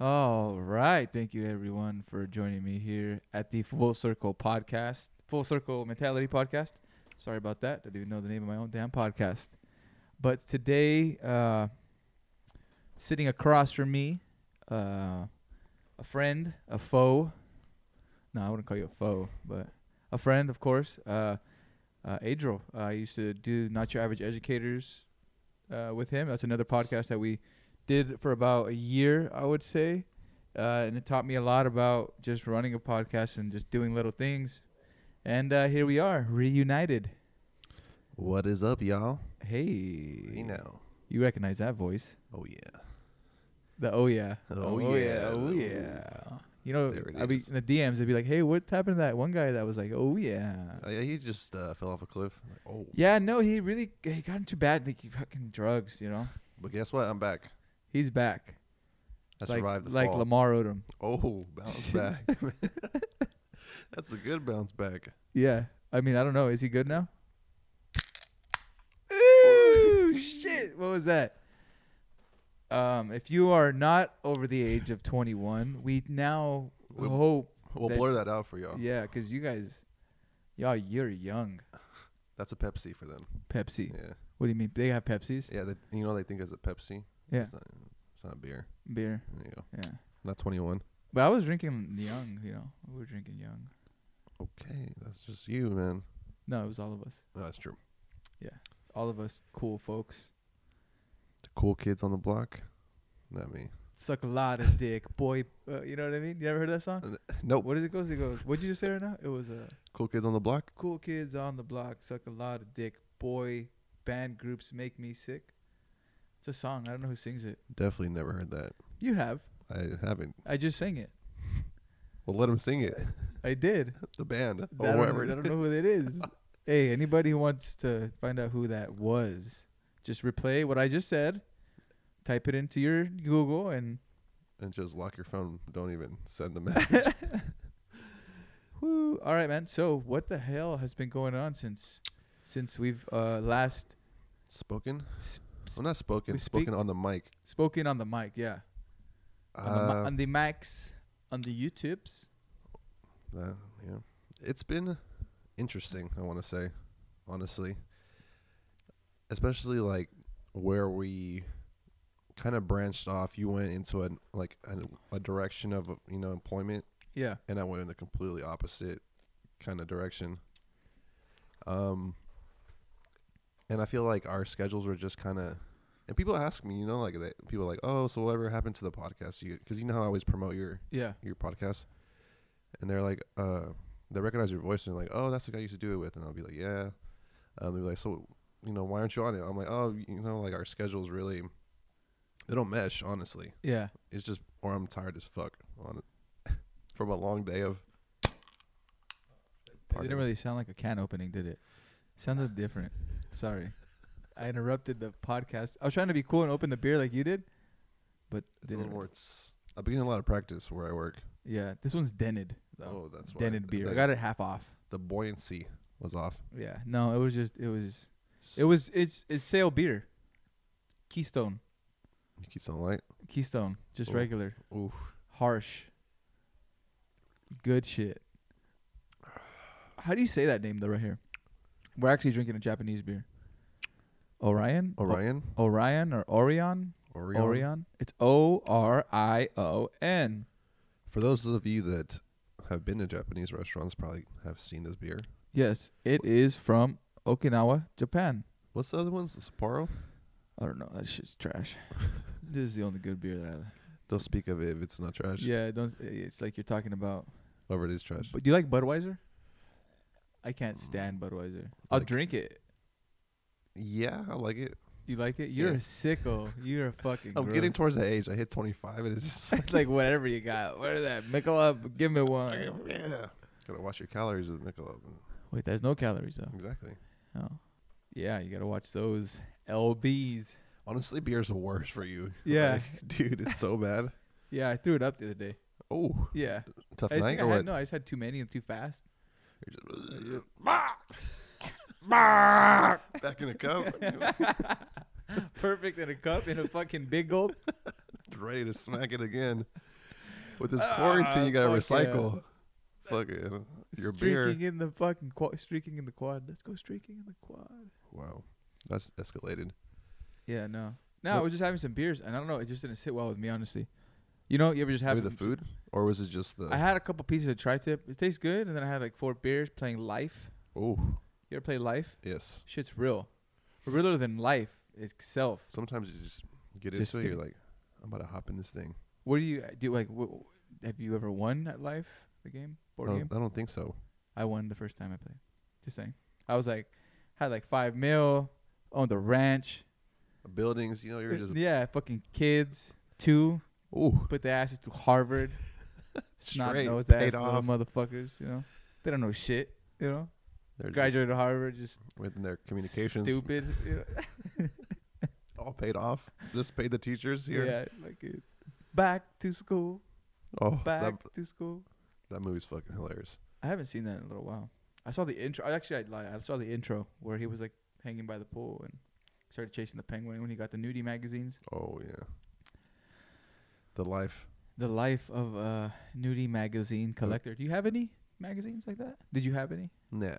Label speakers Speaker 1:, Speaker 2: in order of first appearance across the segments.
Speaker 1: All right. Thank you, everyone, for joining me here at the Full Circle Podcast, Full Circle Mentality Podcast. Sorry about that. I didn't even know the name of my own damn podcast. But today, uh, sitting across from me, uh, a friend, a foe. No, I wouldn't call you a foe, but a friend, of course. Uh, uh, Adriel. Uh, I used to do Not Your Average Educators uh, with him. That's another podcast that we did for about a year, I would say. Uh, and it taught me a lot about just running a podcast and just doing little things. And uh, here we are, reunited.
Speaker 2: What is up, y'all?
Speaker 1: Hey.
Speaker 2: You know.
Speaker 1: You recognize that voice.
Speaker 2: Oh yeah.
Speaker 1: The oh yeah.
Speaker 2: Oh, yeah.
Speaker 1: Oh
Speaker 2: Oh,
Speaker 1: yeah. You know,
Speaker 2: There it
Speaker 1: I'd be
Speaker 2: is.
Speaker 1: in the DMs, they'd be like, hey, what happened to that one guy that was like, oh yeah.
Speaker 2: Oh yeah. He just uh, fell off a cliff. Like, oh.
Speaker 1: Yeah, no, he really he got into bad, like, fucking drugs, you know?
Speaker 2: But guess what? I'm back.
Speaker 1: He's back.
Speaker 2: I
Speaker 1: like,
Speaker 2: survived the
Speaker 1: like
Speaker 2: fall.
Speaker 1: Lamar Odom.
Speaker 2: oh, bounce back. That's a good bounce back.
Speaker 1: Yeah. I mean, I don't know. Is he good now? Ooh, shit. What was that? Um, if you are not over the age of 21, we now
Speaker 2: We'll-
Speaker 1: hope.
Speaker 2: We'll
Speaker 1: That-
Speaker 2: blur that out for y'all.
Speaker 1: Yeah, because you guys, y'all, you're young.
Speaker 2: That's a Pepsi for them.
Speaker 1: Pepsi.
Speaker 2: Yeah.
Speaker 1: What do you mean? They have Pepsis?
Speaker 2: Yeah. They, you know they think it's a Pepsi.
Speaker 1: Yeah.
Speaker 2: It's not, it's not beer.
Speaker 1: Beer.
Speaker 2: There you go.
Speaker 1: Yeah.
Speaker 2: Not 21.
Speaker 1: But I was drinking young, you know. We were drinking young.
Speaker 2: Okay. That's just you, man.
Speaker 1: No, it was all of us.
Speaker 2: No, that's true.
Speaker 1: All of us cool folks.
Speaker 2: The cool kids on the block. Not me.
Speaker 1: Suck a lot of dick, boy. Uh, you know what I mean? You ever heard that song?
Speaker 2: Nope.
Speaker 1: What does it go? It goes. What'd you just say right now? It was Uh,
Speaker 2: Cool kids on the block.
Speaker 1: Cool kids on the block suck a lot of dick. Boy, band groups make me sick. It's a song. I don't know who sings it.
Speaker 2: Definitely never heard that.
Speaker 1: You have.
Speaker 2: I haven't.
Speaker 1: I just sang it.
Speaker 2: Well, let them sing it.
Speaker 1: I did.
Speaker 2: The band.
Speaker 1: I,
Speaker 2: or
Speaker 1: don't,
Speaker 2: whatever.
Speaker 1: I don't know who it is. hey, anybody who wants to find out who that was, just replay what I just said. Type it into your Google and
Speaker 2: and just lock your phone. Don't even send the message.
Speaker 1: whoo. All right, man. So what the hell has been going on since since we've uh last
Speaker 2: spoken?
Speaker 1: S-
Speaker 2: Well, not spoken.
Speaker 1: we
Speaker 2: Spoken
Speaker 1: speak-
Speaker 2: on the mic.
Speaker 1: spoken on the mic? Yeah, on, the, mi-
Speaker 2: Uh,
Speaker 1: on the mics, on the YouTubes.
Speaker 2: uh, yeah. It's been interesting. I want to say, honestly, especially like where we kind of branched off. You went into a like a, a direction of you know employment,
Speaker 1: Yeah.
Speaker 2: and I went in a completely opposite kind of direction. Um, and I feel like our schedules were just kind of, and people ask me, you know, like that people are like, oh, so whatever happened to the podcast? You because you know how I always promote your
Speaker 1: Yeah.
Speaker 2: your podcast, and they're like, uh, they recognize your voice and they're like, oh, that's the guy I used to do it with, and I'll be like, yeah. Um, they're like, so you know, why aren't you on it? I'm like, oh, you know, like our schedules really, they don't mesh, honestly.
Speaker 1: Yeah.
Speaker 2: It's just, or I'm tired as fuck on it from a long day of
Speaker 1: It didn't
Speaker 2: Pardon.
Speaker 1: really sound like a can opening, did it? Sounded different. Sorry. I interrupted the podcast. I was trying to be cool and open the beer like you did, but
Speaker 2: It's a
Speaker 1: didn't
Speaker 2: little more.
Speaker 1: really-
Speaker 2: It's I've been getting a lot of practice where I work.
Speaker 1: Yeah, this one's dented. Though.
Speaker 2: Oh, that's why
Speaker 1: dented beer.
Speaker 2: The,
Speaker 1: I got it half off.
Speaker 2: the buoyancy was off.
Speaker 1: Yeah. No, it was just it was it was it's it's sale beer. Keystone.
Speaker 2: You keep some light.
Speaker 1: Keystone. Just
Speaker 2: Ooh.
Speaker 1: regular.
Speaker 2: Oof.
Speaker 1: Harsh. Good shit. How do you say that name though right here? We're actually drinking a Japanese beer. Orion? O-
Speaker 2: Orion.
Speaker 1: Orion or Orion?
Speaker 2: Orion.
Speaker 1: Orion. It's O R I O N.
Speaker 2: For those of you that have been to Japanese restaurants, probably have seen this beer.
Speaker 1: Yes, it is from Okinawa, Japan.
Speaker 2: What's the other ones? The Sapporo.
Speaker 1: I don't know. That shit's trash. this is the only good beer that I like.
Speaker 2: Don't speak of it if it's not trash.
Speaker 1: Yeah, don't. It's like you're talking about.
Speaker 2: Whatever it is trash.
Speaker 1: But do you like Budweiser? I can't
Speaker 2: Mm.
Speaker 1: stand Budweiser. I'll
Speaker 2: Like-
Speaker 1: drink it.
Speaker 2: yeah, I like it.
Speaker 1: You like it? You're
Speaker 2: Yeah.
Speaker 1: a sicko. You're a fucking.
Speaker 2: I'm getting
Speaker 1: gross.
Speaker 2: towards the age. I hit 25, and it's just like,
Speaker 1: like whatever you got. What is that? Michelob. Give me one.
Speaker 2: yeah. Gotta watch your calories with Michelob.
Speaker 1: Wait, there's no calories though.
Speaker 2: Exactly.
Speaker 1: Oh, yeah. You gotta watch those lbs.
Speaker 2: Honestly, beer's the worst for you.
Speaker 1: Yeah.
Speaker 2: Like, dude, it's so bad.
Speaker 1: Yeah, I threw it up the other day.
Speaker 2: Oh,
Speaker 1: Yeah.
Speaker 2: tough
Speaker 1: I just
Speaker 2: night
Speaker 1: think
Speaker 2: or
Speaker 1: I
Speaker 2: what?
Speaker 1: had, no, I just had too many and too fast.
Speaker 2: You're just- Back in a cup.
Speaker 1: Perfect in a cup in a fucking big gulp.
Speaker 2: ready to smack it again. With this
Speaker 1: Ah,
Speaker 2: quarantine, you gotta
Speaker 1: fuck yeah.
Speaker 2: recycle. Fuck it. Your beer.
Speaker 1: streaking in the fucking quad, streaking in the quad. Let's go streaking in the quad.
Speaker 2: Wow, that's escalated.
Speaker 1: Yeah, no, no.
Speaker 2: What-
Speaker 1: We're just having some beers, and I don't know. It just didn't sit well with me, honestly. You know, you ever just have
Speaker 2: Maybe the food, or was it just the?
Speaker 1: I had a couple pieces of tri-tip. It tastes good, and then I had like four beers playing Life.
Speaker 2: oh
Speaker 1: You ever play Life?
Speaker 2: yes.
Speaker 1: Shit's real, realer than life itself.
Speaker 2: Sometimes you just get
Speaker 1: Just
Speaker 2: into it. You're
Speaker 1: kidding.
Speaker 2: like, I'm about to hop in this thing.
Speaker 1: What do you uh, do? Like, wh- wh- have you ever won at Life, the game,
Speaker 2: I
Speaker 1: board game?
Speaker 2: don't, I don't think so.
Speaker 1: I won the first time I played. Just saying. I was like, had like five mil, owned a ranch. Uh,
Speaker 2: Buildings, you know, you're just
Speaker 1: yeah, fucking kids. Two
Speaker 2: ooh
Speaker 1: put their asses through Harvard. Snot
Speaker 2: straight
Speaker 1: nosed ass
Speaker 2: paid
Speaker 1: little
Speaker 2: off.
Speaker 1: motherfuckers. You know, they don't know shit. You know,
Speaker 2: They're just
Speaker 1: graduated Harvard, just
Speaker 2: within their communications,
Speaker 1: stupid. you know?
Speaker 2: all paid off. Just paid the teachers here.
Speaker 1: Yeah, like it. Back to school.
Speaker 2: Oh, that,
Speaker 1: Back to school.
Speaker 2: that movie's fucking hilarious.
Speaker 1: I haven't seen that in a little while. I saw the intro. I actually I lied. I saw the intro where he was like hanging by the pool and started chasing the penguin when he got the nudie magazines.
Speaker 2: Oh yeah, the life.
Speaker 1: The life of a nudie magazine collector. Do you have any magazines like that? Did you have any?
Speaker 2: Nah.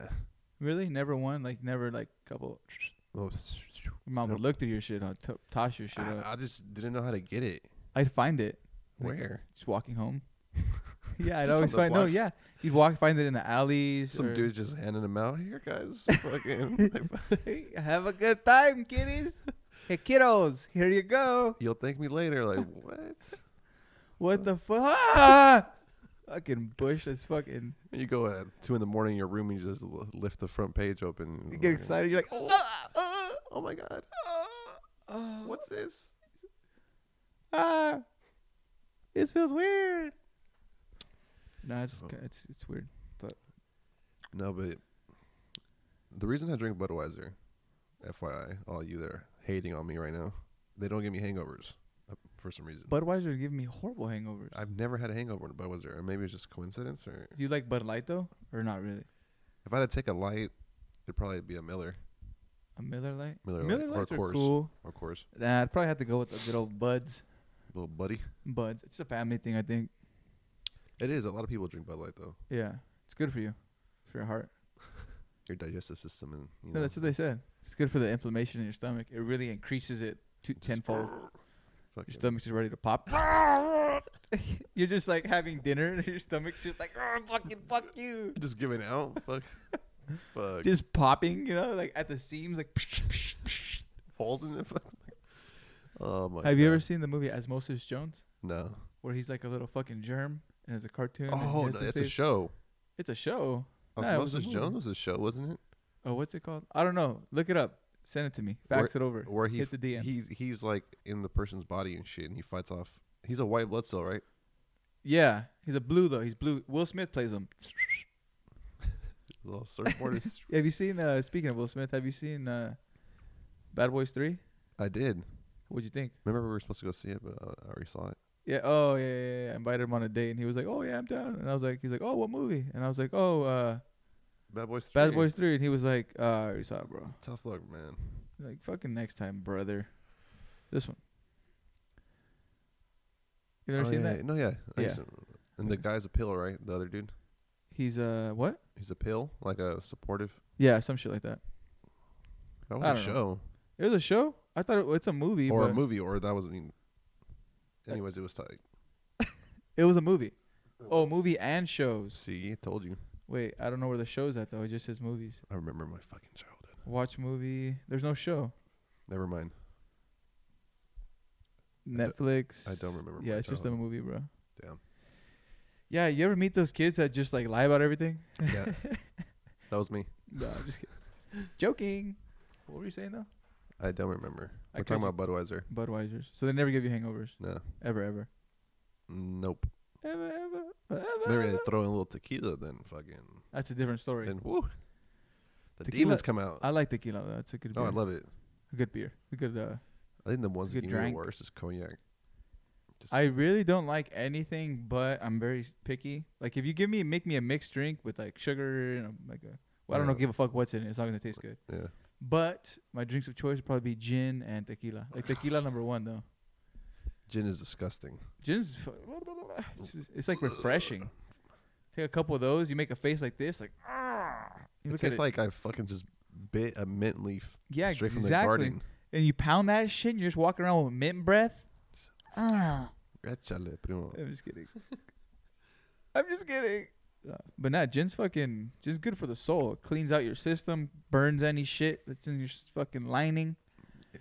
Speaker 1: Really? Never one? Like never like couple
Speaker 2: Oh,
Speaker 1: your mom would
Speaker 2: Nope.
Speaker 1: look through your shit on t- toss your shit
Speaker 2: I,
Speaker 1: up.
Speaker 2: I just didn't know how to get it.
Speaker 1: I'd find it. Like,
Speaker 2: Where?
Speaker 1: Just walking home. yeah, I'd
Speaker 2: uh, Just on
Speaker 1: always
Speaker 2: the
Speaker 1: find no,
Speaker 2: blocks.
Speaker 1: yeah. You'd walk find it in the alleys.
Speaker 2: Some
Speaker 1: or-
Speaker 2: dude just handing them out here, guys. fucking.
Speaker 1: Have a good time, kiddies. Hey, kiddos, here you go.
Speaker 2: You'll thank me later. Like what?
Speaker 1: What the fuck? fucking Bush is fucking.
Speaker 2: You go at two in the morning in your room and you just l- lift the front page open.
Speaker 1: You
Speaker 2: and
Speaker 1: get
Speaker 2: like,
Speaker 1: excited. You're like, ah, ah,
Speaker 2: Oh my god,
Speaker 1: ah, ah,
Speaker 2: what's this?
Speaker 1: ah. This feels weird. No, it's
Speaker 2: Oh.
Speaker 1: ki- it's it's weird.
Speaker 2: No, but the reason I drink Budweiser, FYI, all you that are hating on me right now, they don't give me hangovers uh, for some reason.
Speaker 1: Budweiser's giving me horrible hangovers.
Speaker 2: I've never had a hangover in Budweiser, or maybe it's just coincidence. Or
Speaker 1: Do you like Bud Light though, or not really?
Speaker 2: if I had to take a light, it'd probably be a Miller,
Speaker 1: A Miller Light.
Speaker 2: Miller Lite or
Speaker 1: Lights are
Speaker 2: Coors.
Speaker 1: cool.
Speaker 2: of course.
Speaker 1: Nah, I'd probably have to go with the good old Buds.
Speaker 2: Little buddy,
Speaker 1: Buds. It's a family thing, I think.
Speaker 2: it is. A lot of people drink Bud Light though.
Speaker 1: Yeah, it's good for you, for your heart.
Speaker 2: Your digestive system and you know,
Speaker 1: No, that's what they said. It's good for the inflammation in your stomach. It really increases it to
Speaker 2: just
Speaker 1: tenfold. Your
Speaker 2: fucking-
Speaker 1: stomach's just ready to pop. You're just like having dinner, and your stomach's just like
Speaker 2: "Oh,
Speaker 1: "Argh, fucking fuck you,
Speaker 2: just giving out. Fuck, fuck.
Speaker 1: just popping. You know, like at the seams, like. psh, psh, psh.
Speaker 2: holes in it. oh my.
Speaker 1: Have you ever
Speaker 2: God.
Speaker 1: seen the movie Osmosis Jones,
Speaker 2: No.
Speaker 1: where he's like a little fucking germ and it's a cartoon? and he
Speaker 2: Oh,
Speaker 1: has
Speaker 2: no,
Speaker 1: to
Speaker 2: that's a
Speaker 1: save-
Speaker 2: show.
Speaker 1: It's a show. Nah, it was a
Speaker 2: Osmosis
Speaker 1: movie.
Speaker 2: Jones was a show, wasn't it?
Speaker 1: Oh, what's it called? I don't know. Look it up. Send it to me.
Speaker 2: Where-
Speaker 1: Fax it over.
Speaker 2: Where he
Speaker 1: Hit the DMs.
Speaker 2: he's he's like in the person's body and shit, and he fights off. He's a white blood cell, right?
Speaker 1: Yeah, he's a blue though. He's blue. Will Smith plays him.
Speaker 2: The little surfboard. is-
Speaker 1: Have you seen? Uh, speaking of Will Smith, have you seen uh, Bad Boys Three?
Speaker 2: I did.
Speaker 1: What'd you think?
Speaker 2: Remember we were supposed to go see it, but uh, I already saw it.
Speaker 1: Yeah. Oh yeah, yeah, yeah. I invited him on a date, and he was like, "Oh yeah, I'm down." And I was like, "He's like, oh what movie?" And I was like, "Oh, uh,
Speaker 2: Bad Boys. 3.
Speaker 1: Bad Boys 3. And he was like, "Uh, I already saw it, bro."
Speaker 2: Tough luck, man.
Speaker 1: Like fucking next time, brother. This one. You never
Speaker 2: Oh,
Speaker 1: seen
Speaker 2: yeah,
Speaker 1: that?
Speaker 2: yeah. No, yeah. I
Speaker 1: Yeah.
Speaker 2: used to- and the guy's a pill, right? The other dude,
Speaker 1: He's uh what?
Speaker 2: he's a pill, like a supportive.
Speaker 1: Yeah, some shit like that.
Speaker 2: That
Speaker 1: I
Speaker 2: was a
Speaker 1: don't know.
Speaker 2: show
Speaker 1: It was a show. I thought it, it's a movie,
Speaker 2: or
Speaker 1: but
Speaker 2: a movie, or that was. I mean,
Speaker 1: Like-
Speaker 2: anyways, it was like.
Speaker 1: it was a movie. Oh, movie and shows.
Speaker 2: See, told you.
Speaker 1: Wait, I don't know where the show's at though. It just says movies.
Speaker 2: I remember my fucking childhood.
Speaker 1: Watch movie. There's no show.
Speaker 2: Never mind. don't-
Speaker 1: Netflix.
Speaker 2: I don't remember
Speaker 1: Yeah,
Speaker 2: my
Speaker 1: it's just a
Speaker 2: childhood.
Speaker 1: movie, bro.
Speaker 2: Damn.
Speaker 1: Yeah, you ever meet those kids that just like lie about everything?
Speaker 2: Yeah. that was me.
Speaker 1: no, I'm just kidding. joking. What were you saying though?
Speaker 2: I don't remember.
Speaker 1: I
Speaker 2: We're talking
Speaker 1: told
Speaker 2: about Budweiser.
Speaker 1: Budweisers. So they never give you hangovers
Speaker 2: No.
Speaker 1: ever, ever,
Speaker 2: Nope.
Speaker 1: ever, ever, ever.
Speaker 2: Maybe they
Speaker 1: ever.
Speaker 2: throw in a little tequila then fucking
Speaker 1: That's a different story.
Speaker 2: then woo. The
Speaker 1: Tequila-
Speaker 2: demons come out.
Speaker 1: I like tequila. though. That's a good.
Speaker 2: oh,
Speaker 1: beer.
Speaker 2: I love it.
Speaker 1: a good beer. A good. Uh,
Speaker 2: I think the ones
Speaker 1: It's
Speaker 2: that
Speaker 1: good
Speaker 2: you know
Speaker 1: drink.
Speaker 2: worse is cognac. Just
Speaker 1: I really don't like anything, but I'm very s- picky. Like if you give me make me a mixed drink with like sugar and a, like a well, I don't know,
Speaker 2: Yeah.
Speaker 1: give a fuck what's in it. It's not gonna taste good.
Speaker 2: yeah.
Speaker 1: But my drinks of choice would probably be gin and tequila. Like tequila number one though.
Speaker 2: Gin is disgusting.
Speaker 1: Gin's f- it's, just- it's like refreshing. Take a couple of those. You make a face like this, like "Ah." You
Speaker 2: It
Speaker 1: look at
Speaker 2: tastes
Speaker 1: it-
Speaker 2: like I fucking just bit a mint leaf
Speaker 1: yeah,
Speaker 2: straight
Speaker 1: exactly.
Speaker 2: from the garden.
Speaker 1: And you pound that shit, and you're just walking around with mint breath. Ah.
Speaker 2: Échale, primo.
Speaker 1: I'm just kidding. I'm just kidding. Uh, But nah, gin's fucking just good for the soul. It cleans out your system, burns any shit that's in your s- fucking lining.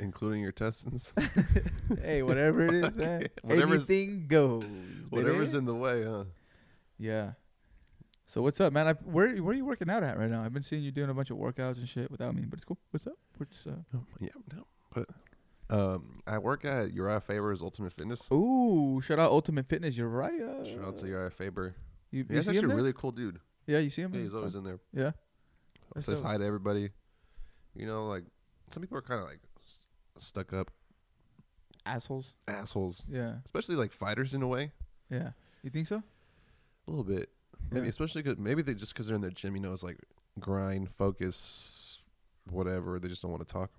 Speaker 2: Including your intestines.
Speaker 1: hey, whatever it is,
Speaker 2: Fuck
Speaker 1: eh?
Speaker 2: it. Whatever's-
Speaker 1: anything goes.
Speaker 2: Whatever's
Speaker 1: baby.
Speaker 2: in the way, huh?
Speaker 1: Yeah. So what's up, man? I, where where are you working out at right now? I've been seeing you doing a bunch of workouts and shit without me, but it's cool. What's up? What's uh?
Speaker 2: Oh, yeah, no. But um, I work at Uriah Faber's Ultimate Fitness.
Speaker 1: Ooh, shout out Ultimate Fitness. You're right. Uh,
Speaker 2: Shout out to Uriah Faber.
Speaker 1: you. you
Speaker 2: He's
Speaker 1: see him
Speaker 2: actually a
Speaker 1: there?
Speaker 2: really cool dude.
Speaker 1: Yeah, you see him.
Speaker 2: Yeah,
Speaker 1: there?
Speaker 2: he's always in there.
Speaker 1: Yeah. That's
Speaker 2: Says
Speaker 1: dope.
Speaker 2: hi to everybody. You know, like some people are kind of like s- stuck up
Speaker 1: Assholes.
Speaker 2: assholes,
Speaker 1: Yeah.
Speaker 2: especially like fighters in a way,
Speaker 1: Yeah. You think so?
Speaker 2: a little bit. Maybe
Speaker 1: Yeah.
Speaker 2: especially 'cause- maybe they just because they're in their gym, you know, it's like grind, focus, whatever. They just don't want to talk.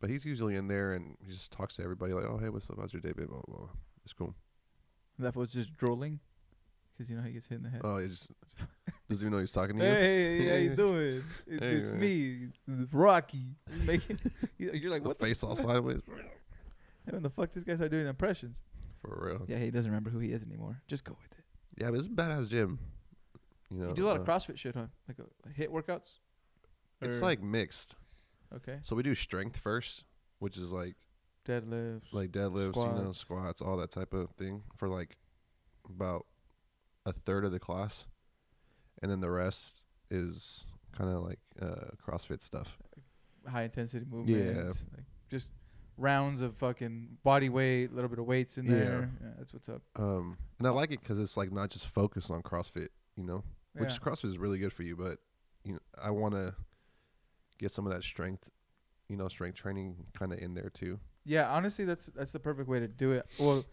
Speaker 2: But he's usually in there and he just talks to everybody like, "Oh, hey, what's up? How's your day, babe?" Blah blah. blah. It's cool.
Speaker 1: That was just drooling, because you know he gets hit in the head.
Speaker 2: Oh, he just doesn't even know he's talking to you.
Speaker 1: Hey, how you doing? It,
Speaker 2: Hey,
Speaker 1: it's
Speaker 2: man.
Speaker 1: me, it's Rocky. Making, you're like,
Speaker 2: The
Speaker 1: what the,
Speaker 2: face all sideways.
Speaker 1: when the fuck this guy started doing impressions?
Speaker 2: For real. Yeah,
Speaker 1: Yeah, he doesn't remember who he is anymore. Just go with it.
Speaker 2: but it's a badass gym. You know,
Speaker 1: you do a lot
Speaker 2: uh,
Speaker 1: of CrossFit shit, huh? Like uh, hit workouts.
Speaker 2: It's
Speaker 1: Or-
Speaker 2: like mixed.
Speaker 1: okay,
Speaker 2: So we do strength first, which is like
Speaker 1: deadlifts.
Speaker 2: like deadlifts, you know, squats, all that type of thing for like about a third of the class, and then the rest is kind of like uh, CrossFit stuff.
Speaker 1: high intensity movements. Yeah. Like just rounds of fucking body weight, a little bit of weights in
Speaker 2: Yeah.
Speaker 1: there. Yeah, that's what's up.
Speaker 2: Um, and I like it because it's like not just focused on CrossFit, you know, which
Speaker 1: Yeah.
Speaker 2: CrossFit is really good for you, but you know, I want to get some of that strength, you know, strength training kind of in there too.
Speaker 1: Yeah, honestly, that's that's the perfect way to do it. Well,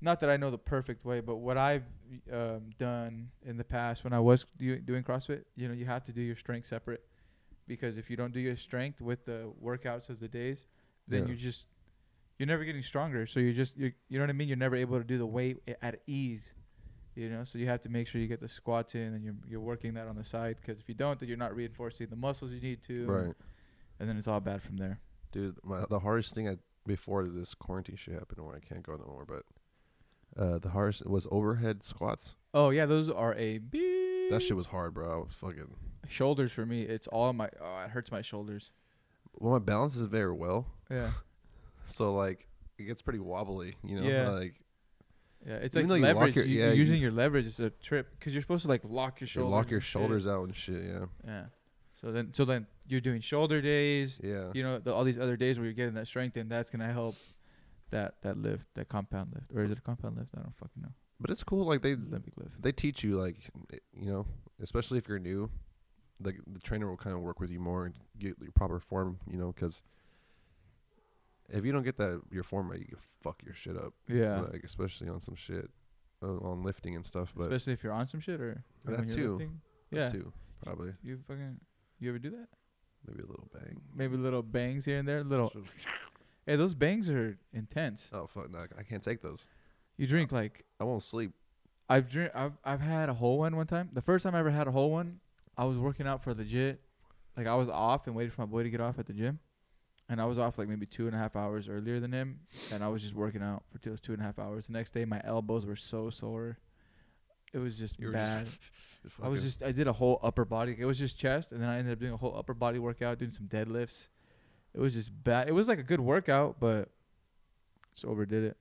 Speaker 1: not that I know the perfect way, but what I've um, done in the past when I was do, doing CrossFit, you know, you have to do your strength separate because if you don't do your strength with the workouts of the days, then
Speaker 2: Yeah.
Speaker 1: you just you're never getting stronger. So you just you you know what I mean. You're never able to do the weight a- at ease. You know, so you have to make sure you get the squats in and you're you're working that on the side because if you don't, then you're not reinforcing the muscles you need to.
Speaker 2: Right.
Speaker 1: And then it's all bad from there.
Speaker 2: Dude, my, the hardest thing I before this quarantine shit happened, where I can't go no more. But uh, the hardest was overhead squats.
Speaker 1: Oh yeah, those are a beep.
Speaker 2: That shit was hard, bro. I was fucking.
Speaker 1: Shoulders for me, it's all my. Oh, it hurts my shoulders.
Speaker 2: Well, my balance is very well,
Speaker 1: Yeah,
Speaker 2: so like it gets pretty wobbly. You know,
Speaker 1: Yeah.
Speaker 2: like
Speaker 1: yeah. It's
Speaker 2: Even though
Speaker 1: like
Speaker 2: you lock
Speaker 1: leverage.
Speaker 2: your-
Speaker 1: you,
Speaker 2: yeah,
Speaker 1: are
Speaker 2: you-
Speaker 1: using your leverage is a trip because you're supposed to like lock your
Speaker 2: you
Speaker 1: shoulders.
Speaker 2: lock your
Speaker 1: and shit.
Speaker 2: shoulders out and shit. Yeah,
Speaker 1: Yeah. So then, so then you're doing shoulder days.
Speaker 2: yeah.
Speaker 1: You know, the, all these other days where you're getting that strength, and that's gonna help that that lift, that compound lift, or is it a compound lift? I don't fucking know.
Speaker 2: But it's cool. Like they
Speaker 1: Olympic lift.
Speaker 2: they teach you like it- you know, especially if you're new, like the trainer will kind of work with you more and get your proper form. You know, because if you don't get that your form right, you can fuck your shit up.
Speaker 1: Yeah.
Speaker 2: like especially on some shit uh, on lifting and stuff but
Speaker 1: Especially if you're on some shit or, or
Speaker 2: That
Speaker 1: when you're
Speaker 2: too.
Speaker 1: lifting. Yeah.
Speaker 2: too probably
Speaker 1: You fucking. You ever do that?
Speaker 2: maybe a little bang
Speaker 1: Maybe little bangs here and there. Little.
Speaker 2: Should've-
Speaker 1: Hey, those bangs are intense.
Speaker 2: oh fuck no i can't take those
Speaker 1: You drink like
Speaker 2: i won't sleep
Speaker 1: I've drink I've I've had a whole one one time. The first time I ever had a whole one, I was working out for legit, like I was off and waited for my boy to get off at the gym, and I was off like maybe two and a half hours earlier than him, and I was just working out for those two and a half hours. The next day, my elbows were so sore, it was just
Speaker 2: You were just-
Speaker 1: bad. I was
Speaker 2: fucking-
Speaker 1: just I did a whole upper body. It was just chest, and then I ended up doing a whole upper body workout, doing some deadlifts. It was just bad. It was like a good workout, but just overdid it.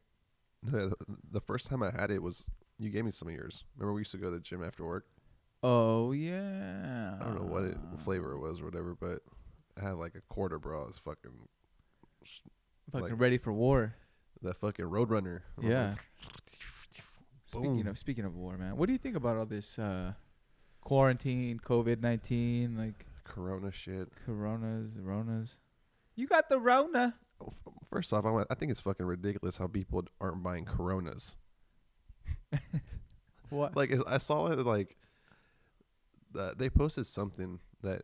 Speaker 2: No, the- the first time i had it was you gave me some of yours remember we used to go to the gym after work
Speaker 1: Oh yeah.
Speaker 2: i don't know what it,
Speaker 1: Ah.
Speaker 2: flavor it was or whatever but i had like a quarter bro i was fucking
Speaker 1: Fucking
Speaker 2: like-
Speaker 1: ready for war.
Speaker 2: that fucking roadrunner I'm
Speaker 1: Yeah.
Speaker 2: like,
Speaker 1: Speaking
Speaker 2: Boom.
Speaker 1: of speaking of war, man, what do you think about all this uh, quarantine, COVID nineteen, like
Speaker 2: corona shit
Speaker 1: coronas, ronas? You got the rona.
Speaker 2: Oh, f- first off i want i think it's fucking ridiculous how people aren't buying coronas
Speaker 1: What?
Speaker 2: like I- I saw it like that they posted something that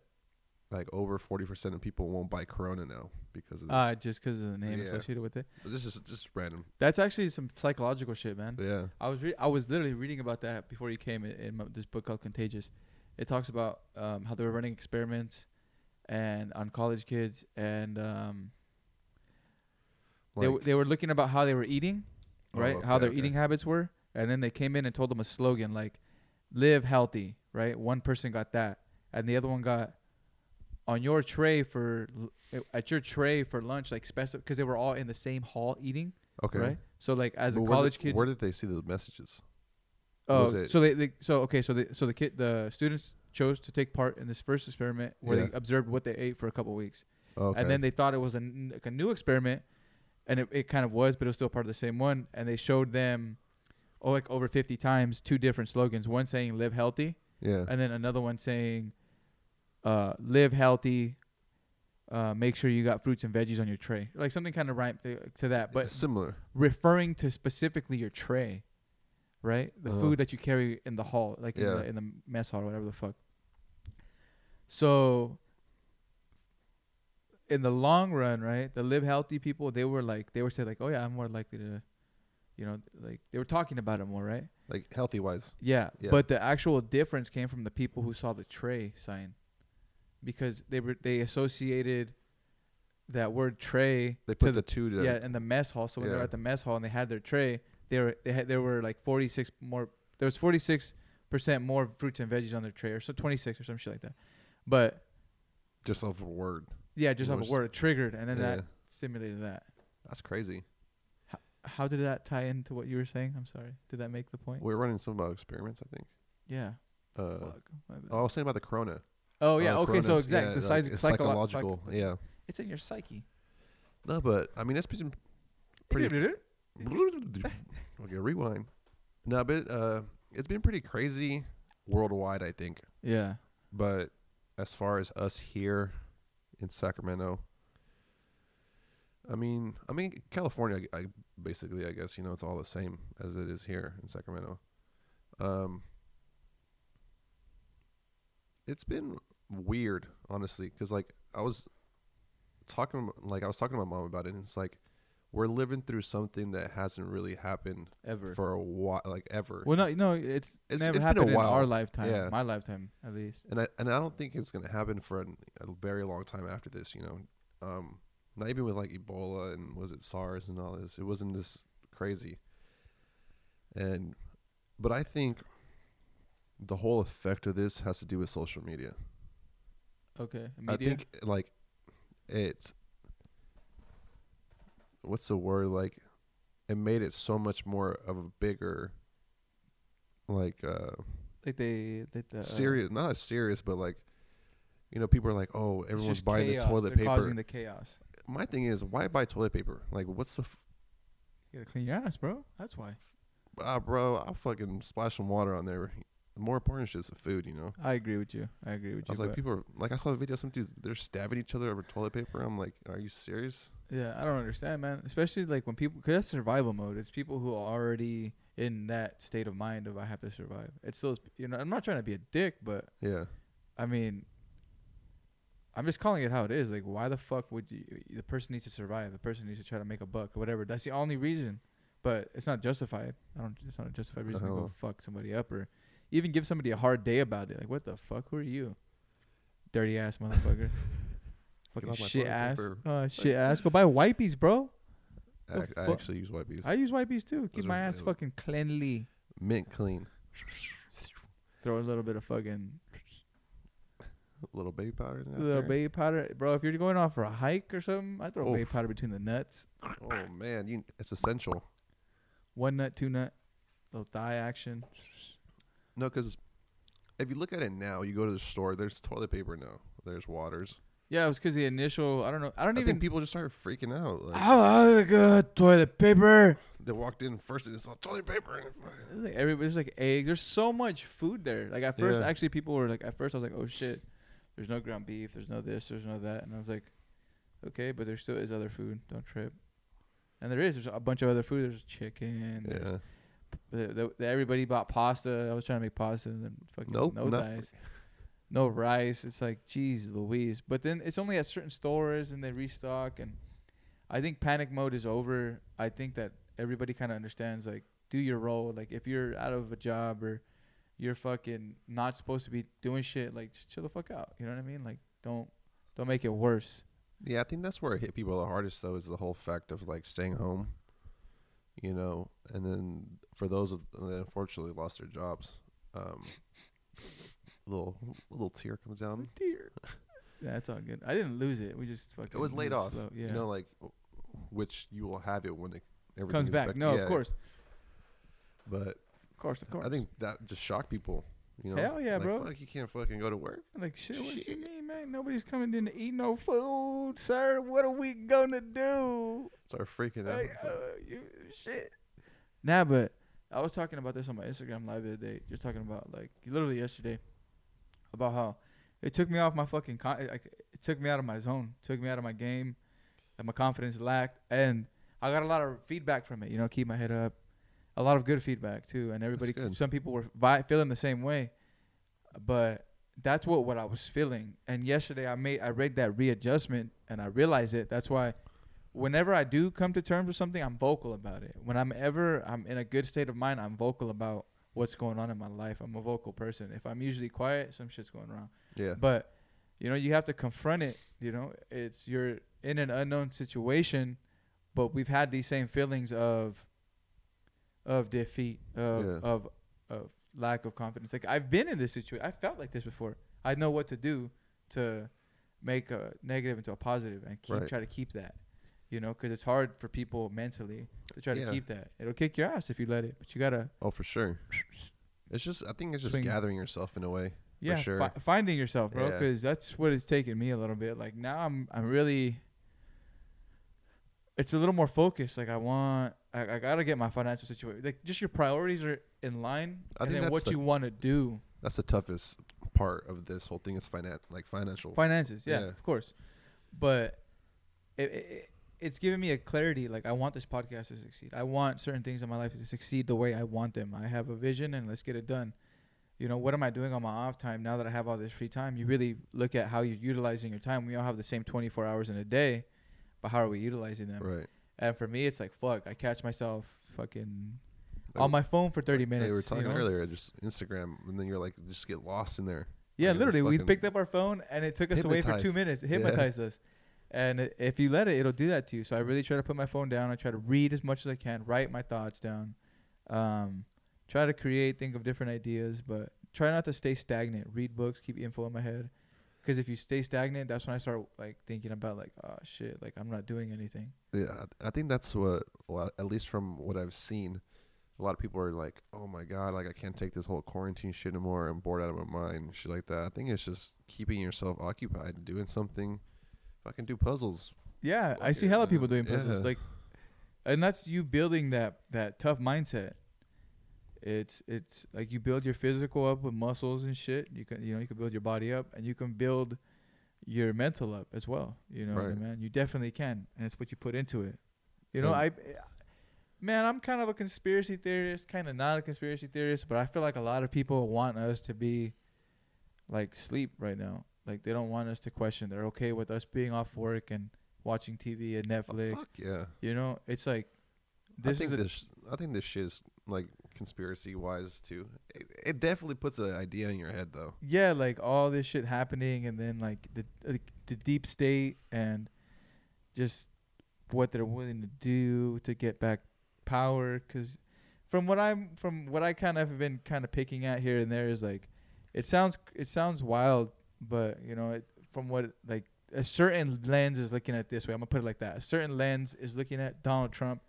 Speaker 2: like over forty percent of people won't buy Corona now because of this.
Speaker 1: Uh, just because of the name
Speaker 2: Yeah.
Speaker 1: associated with it.
Speaker 2: this is just random.
Speaker 1: That's actually some psychological shit, man.
Speaker 2: Yeah.
Speaker 1: I was re- I was literally reading about that before you came in, in my, this book called Contagious. It talks about um, how they were running experiments and on college kids, and um, they
Speaker 2: Like,
Speaker 1: w- they were looking about how they were eating, right?
Speaker 2: Oh,
Speaker 1: how
Speaker 2: okay,
Speaker 1: their
Speaker 2: okay.
Speaker 1: eating habits were, and then they came in and told them a slogan like "Live healthy," right? One person got that, and the other one got on your tray for l- eh, at your tray for lunch, like special because they were all in the same hall eating,
Speaker 2: okay.
Speaker 1: right? So like as
Speaker 2: But
Speaker 1: a
Speaker 2: where
Speaker 1: college
Speaker 2: did,
Speaker 1: kid,
Speaker 2: where did they see the messages?
Speaker 1: Oh,
Speaker 2: Was it-
Speaker 1: so they, they so okay, so the so the kid the students chose to take part in this first experiment where
Speaker 2: Yeah.
Speaker 1: they observed what they ate for a couple weeks,
Speaker 2: Oh, okay.
Speaker 1: and then they thought it was a, n- like a new experiment, and it, it kind of was, but it was still part of the same one, and they showed them, oh, like over fifty times, two different slogans, one saying "Live healthy,"
Speaker 2: yeah.
Speaker 1: and then another one saying, uh, "Live healthy." Uh, make sure you got fruits and veggies on your tray, like something kind of rhymed to, to that, but
Speaker 2: similar.
Speaker 1: referring to specifically your tray, right? The
Speaker 2: Uh-huh.
Speaker 1: food that you carry in the hall, like
Speaker 2: Yeah.
Speaker 1: in, the, in the mess hall or whatever the fuck. So, in the long run, right, the live healthy people, they were like, they were said like, oh yeah, I'm more likely to, you know, like they were talking about it more, right?
Speaker 2: Like healthy wise.
Speaker 1: Yeah,
Speaker 2: Yeah.
Speaker 1: but the actual difference came from the people who saw the tray sign, because they were they associated that word tray
Speaker 2: They
Speaker 1: to
Speaker 2: put the two to
Speaker 1: yeah, in the mess hall. So when they were
Speaker 2: Yeah.
Speaker 1: at the mess hall and they had their tray, they were they had there were like forty six more. There was forty six percent more fruits and veggies on their tray, or so twenty six or some shit like that. But
Speaker 2: just off a word.
Speaker 1: yeah, just off
Speaker 2: Worse.
Speaker 1: a word it triggered, and then
Speaker 2: Yeah.
Speaker 1: that stimulated that.
Speaker 2: That's crazy.
Speaker 1: How did that tie into what you were saying? I'm sorry. Did that make the point?
Speaker 2: We are running some about experiments, I think.
Speaker 1: Yeah.
Speaker 2: Uh,
Speaker 1: Fuck. My bad.
Speaker 2: oh, I was saying about the corona.
Speaker 1: Oh
Speaker 2: Uh,
Speaker 1: yeah. okay. So
Speaker 2: coronas,
Speaker 1: exactly.
Speaker 2: yeah,
Speaker 1: so
Speaker 2: like,
Speaker 1: psych-
Speaker 2: it's
Speaker 1: psycholo-
Speaker 2: psychological.
Speaker 1: psych-
Speaker 2: yeah.
Speaker 1: it's in your psyche.
Speaker 2: No, but I mean, it's been pretty. okay, rewind. No, but uh, it's been pretty crazy worldwide, I think.
Speaker 1: Yeah.
Speaker 2: But as far as us here in Sacramento, I mean, I mean California. I, I basically, I guess you know, it's all the same as it is here in Sacramento. Um, it's been weird, honestly, because like I was talking, like I was talking to my mom about it, and it's like we're living through something that hasn't really happened
Speaker 1: Ever.
Speaker 2: for a while, like ever.
Speaker 1: well, no, no. It's,
Speaker 2: It's- it's
Speaker 1: never
Speaker 2: been a
Speaker 1: happened in
Speaker 2: while.
Speaker 1: our lifetime.
Speaker 2: Yeah.
Speaker 1: My lifetime, at least.
Speaker 2: and I and I don't think it's gonna happen for an, a very long time after this. You know, um, not even with like Ebola and was it SARS and all this. It wasn't this crazy. And, but I think the whole effect of this has to do with social media.
Speaker 1: Okay. Media.
Speaker 2: I think like it's what's the word like it made it so much more of a bigger like uh
Speaker 1: like they that the, uh,
Speaker 2: serious, not as serious, but like, you know, people are like, oh,
Speaker 1: it's
Speaker 2: everyone's
Speaker 1: just
Speaker 2: buying
Speaker 1: chaos.
Speaker 2: the toilet
Speaker 1: They're
Speaker 2: paper.
Speaker 1: causing the chaos.
Speaker 2: My thing is, why buy toilet paper? Like, what's the, f-
Speaker 1: You gotta clean your ass, bro. That's why.
Speaker 2: ah, bro? I'll fucking splash some water on there. The more important shit's the food, you know.
Speaker 1: I agree with you. I agree with you.
Speaker 2: I was like,
Speaker 1: but-
Speaker 2: people are like, I saw a video. Some dudes they're stabbing each other over toilet paper. I'm like, are you serious?
Speaker 1: yeah, I don't understand, man. Especially like when people, cause that's survival mode. It's people who are already in that state of mind of I have to survive. It's those, you know. I'm not trying to be a dick, but
Speaker 2: Yeah,
Speaker 1: I mean, I'm just calling it how it is. Like, why the fuck would you? The person needs to survive. The person needs to try to make a buck or whatever. That's the only reason. But it's not justified. I don't. It's not a justified reason to
Speaker 2: Uh-huh.
Speaker 1: go fuck somebody up or even give somebody a hard day about it. Like, what the fuck? Who are you? Dirty ass motherfucker. Fucking
Speaker 2: off my
Speaker 1: shit
Speaker 2: toilet
Speaker 1: ass.
Speaker 2: paper.
Speaker 1: Uh, shit ass. Go buy wipes, bro.
Speaker 2: I,
Speaker 1: The
Speaker 2: ac- I
Speaker 1: fu-
Speaker 2: actually use wipes.
Speaker 1: I use wipes too. Keep
Speaker 2: Those are
Speaker 1: my ass
Speaker 2: available.
Speaker 1: fucking cleanly.
Speaker 2: Mint clean,
Speaker 1: Throw a little bit of fucking
Speaker 2: little baby powder. in that
Speaker 1: little
Speaker 2: there.
Speaker 1: baby powder, bro. If you're going off for a hike or something, I throw
Speaker 2: Oof.
Speaker 1: baby powder between the nuts.
Speaker 2: Oh man, you, it's essential.
Speaker 1: one nut, two nut, little thigh action.
Speaker 2: No, because if you look at it now, you go to the store. There's toilet paper now. There's waters.
Speaker 1: Yeah, it was because the initial. I don't know. I don't
Speaker 2: I
Speaker 1: even.
Speaker 2: think people just started freaking out. Like,
Speaker 1: oh, oh, God, toilet paper.
Speaker 2: They walked in first and saw toilet paper. And fucking-
Speaker 1: There's like everybody, there's like eggs. There's so much food there. Like at first,
Speaker 2: Yeah.
Speaker 1: actually, people were like, at first, I was like, oh shit, there's no ground beef, there's no this, there's no that, and I was like, okay, but there still is other food. Don't trip. And there is. There's a bunch of other food. There's chicken. There's,
Speaker 2: yeah.
Speaker 1: the, the, everybody bought pasta. I was trying to make pasta, and then fucking
Speaker 2: Nope,
Speaker 1: no
Speaker 2: not-
Speaker 1: thighs. no rice. It's like, geez, Louise. But then it's only at certain stores and they restock. And I think panic mode is over. I think that everybody kind of understands, like, do your role. Like, if you're out of a job or you're fucking not supposed to be doing shit, like, just chill the fuck out. You know what I mean? Like, don't don't make it worse.
Speaker 2: Yeah, I think that's where it hit people the hardest though is the whole fact of like staying home, you know, and then for those of- that unfortunately lost their jobs, um, little little tear comes down.
Speaker 1: Dear. Yeah, it's all good. I didn't lose it. We just fucking.
Speaker 2: It was laid
Speaker 1: moved
Speaker 2: off,
Speaker 1: slow. Yeah.
Speaker 2: you know, like which you will have it when it everything
Speaker 1: comes
Speaker 2: is
Speaker 1: back. No,
Speaker 2: yeah,
Speaker 1: of course,
Speaker 2: But
Speaker 1: of course, of course.
Speaker 2: I think that just shocked people. You know,
Speaker 1: Hell yeah,
Speaker 2: like,
Speaker 1: bro.
Speaker 2: Fuck, you can't fucking go to work.
Speaker 1: Like shit, what you
Speaker 2: Shit.
Speaker 1: mean, man? Nobody's coming in to eat no food, sir. What are we gonna do?
Speaker 2: Start freaking out.
Speaker 1: Like, uh, you shit. Nah, but I was talking about this on my Instagram live the other day. Just talking about like literally yesterday about how it took me off my fucking con- like it took me out of my zone, took me out of my game, and my confidence lacked. And I got a lot of feedback from it. You know, keep my head up. A lot of good feedback too, and everybody.
Speaker 2: good.
Speaker 1: Some people were vi- feeling the same way, but that's what what I was feeling. And yesterday I made I made that readjustment and I realized it. That's why whenever I do come to terms with something, I'm vocal about it. When I'm ever I'm in a good state of mind, I'm vocal about what's going on in my life. I'm a vocal person. If I'm usually quiet, some shit's going wrong.
Speaker 2: yeah,
Speaker 1: But you know, you have to confront it. You know, it's you're in an unknown situation, but we've had these same feelings of of defeat, of
Speaker 2: Yeah.
Speaker 1: of of lack of confidence. Like I've been in this situation. I felt like this before. I know what to do to make a negative into a positive and keep
Speaker 2: Right.
Speaker 1: try to keep that. You know, because it's hard for people mentally to try
Speaker 2: Yeah.
Speaker 1: to keep that. It'll kick your ass if you let it, but you gotta
Speaker 2: oh for sure. It's just I think it's just
Speaker 1: Swing.
Speaker 2: gathering yourself in a way.
Speaker 1: yeah,
Speaker 2: sure.
Speaker 1: fi- finding yourself, bro,
Speaker 2: Yeah.
Speaker 1: because that's what it's taken me a little bit. Like now, I'm I'm really, it's a little more focused. Like I want, I, I gotta get my financial situation, like just your priorities are in line,
Speaker 2: I
Speaker 1: and
Speaker 2: think
Speaker 1: then
Speaker 2: that's
Speaker 1: what
Speaker 2: the-
Speaker 1: you want to do,
Speaker 2: That's the toughest part of this whole thing is finan like financial.
Speaker 1: finances, yeah,
Speaker 2: Yeah.
Speaker 1: of course, but it, it, it- it's given me a clarity. Like I want this podcast to succeed. I want certain things in my life to succeed the way I want them. I have a vision, and let's get it done. you know, what am I doing on my off time now that I have all this free time? You really look at how you're utilizing your time. We all have the same 24 hours in a day, but how are we utilizing them?
Speaker 2: Right.
Speaker 1: And for me, it's like, fuck, I catch myself fucking
Speaker 2: Like-
Speaker 1: on my phone for 30 minutes.
Speaker 2: They were
Speaker 1: you
Speaker 2: talking
Speaker 1: know?
Speaker 2: earlier, just Instagram, and then you're like, just get lost in there.
Speaker 1: Yeah,
Speaker 2: Like,
Speaker 1: literally, we
Speaker 2: fucking-
Speaker 1: picked up our phone and it took us away for two
Speaker 2: Hypnotized.
Speaker 1: minutes. It
Speaker 2: Yeah.
Speaker 1: hypnotized us. And i- if you let it, it'll do that to you. So I really try to put my phone down. I try to read as much as I can, write my thoughts down, um, try to create, think of different ideas, but try not to stay stagnant. Read books, keep info in my head. Because if you stay stagnant, that's when I start like thinking about like, oh shit, like I'm not doing anything.
Speaker 2: Yeah, I I think that's what, well, at least from what I've seen, a lot of people are like, oh my God, like I can't take this whole quarantine shit anymore. I'm bored out of my mind, and shit like that. I think it's just keeping yourself occupied, doing something. Fucking do puzzles.
Speaker 1: Yeah, I
Speaker 2: Fuck
Speaker 1: see
Speaker 2: it,
Speaker 1: hella
Speaker 2: man.
Speaker 1: people doing puzzles.
Speaker 2: Yeah.
Speaker 1: Like, and that's you building that that tough mindset. It's it's like you build your physical up with muscles and shit. You can you know you can build your body up and you can build your mental up as well. You know, what I
Speaker 2: Right.
Speaker 1: mean, man, you definitely can, and it's what you put into it. You know,
Speaker 2: And-
Speaker 1: I. Man, I'm kind of a conspiracy theorist, kind of not a conspiracy theorist, but I feel like a lot of people want us to be like sleep right now. Like they don't want us to question. They're okay with us being off work and watching TV and
Speaker 2: Oh,
Speaker 1: Netflix.
Speaker 2: fuck yeah.
Speaker 1: You know, it's like
Speaker 2: I
Speaker 1: this
Speaker 2: think
Speaker 1: is a,
Speaker 2: this. I think this shit is like conspiracy wise too. It, it definitely puts an idea in your head though.
Speaker 1: yeah, like all this shit happening, and then like the like, the deep state and just what they're willing to do to get back power. Because from what I'm from what I kind of have been kind of picking at here and there is like, it sounds it sounds wild, but you know, it, from what like a certain lens is looking at this way. I'm gonna put it like that. A certain lens is looking at Donald Trump,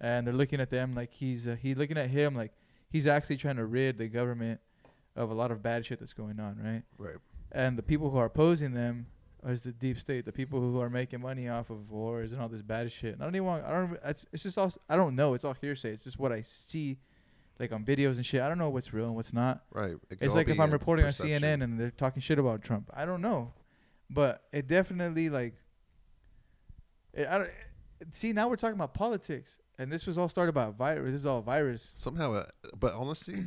Speaker 1: and they're looking at them like he's uh, he's looking at him like he's actually trying to rid the government of a lot of bad shit that's going on, right?
Speaker 2: Right.
Speaker 1: And the people who are opposing them is the deep state, the people who are making money off of wars and all this bad shit. And I don't even want. I don't. It's, it's just all. I don't know. It's all hearsay. It's just what I see, like on videos and shit. I don't know what's real and what's not.
Speaker 2: Right. It could
Speaker 1: It's
Speaker 2: all
Speaker 1: like if
Speaker 2: be
Speaker 1: I'm
Speaker 2: a
Speaker 1: reporting
Speaker 2: perception.
Speaker 1: on CNN and they're talking shit about Trump. I don't know, but it definitely like. It, I don't, see now we're talking about politics, and this was all started by virus. This is all virus.
Speaker 2: Somehow, uh, but honestly,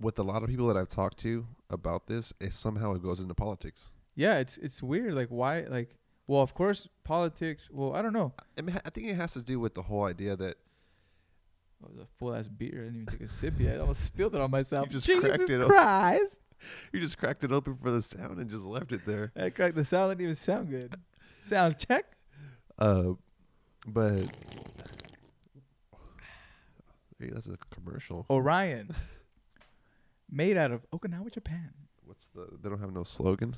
Speaker 2: with a lot of people that I've talked to about this, it somehow it goes into politics.
Speaker 1: Yeah, it's it's weird. Like why? Like well, of course politics. Well, I don't know.
Speaker 2: I, mean, I think it has to do with the whole idea
Speaker 1: That
Speaker 2: that
Speaker 1: Oh, was a full ass beer. I didn't even take a sip yet. I almost spilled it on myself.
Speaker 2: You just
Speaker 1: Jesus
Speaker 2: cracked it open.
Speaker 1: Christ!
Speaker 2: you just cracked it open for the sound and just left it there.
Speaker 1: I cracked the sound. Didn't even sound good. Sound check.
Speaker 2: Uh, but hey, that's a commercial.
Speaker 1: Orion, made out of Okinawa, Japan.
Speaker 2: What's the? They don't have no slogan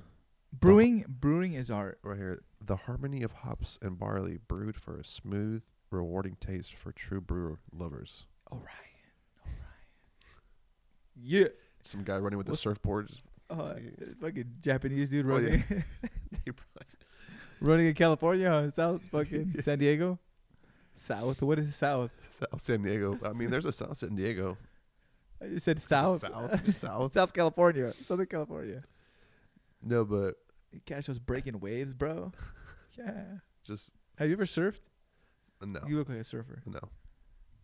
Speaker 1: Brewing, brewing is art.
Speaker 2: right here. The harmony of hops and barley, brewed for a smooth, rewarding taste for true brewer lovers.
Speaker 1: Orion, Orion. Yeah.
Speaker 2: Some guy running with the
Speaker 1: What's-
Speaker 2: surfboard. just-
Speaker 1: Uh, fucking Japanese dude
Speaker 2: Oh,
Speaker 1: running,
Speaker 2: They
Speaker 1: running in California, huh? South fucking San Diego, South. What is South?
Speaker 2: South San Diego. I mean, there's a South San Diego.
Speaker 1: I just said South.
Speaker 2: South. South.
Speaker 1: South California, Southern California.
Speaker 2: No, but
Speaker 1: Cash was breaking waves, bro. Yeah.
Speaker 2: just
Speaker 1: Have you ever surfed?
Speaker 2: no,
Speaker 1: You look like a surfer.
Speaker 2: no.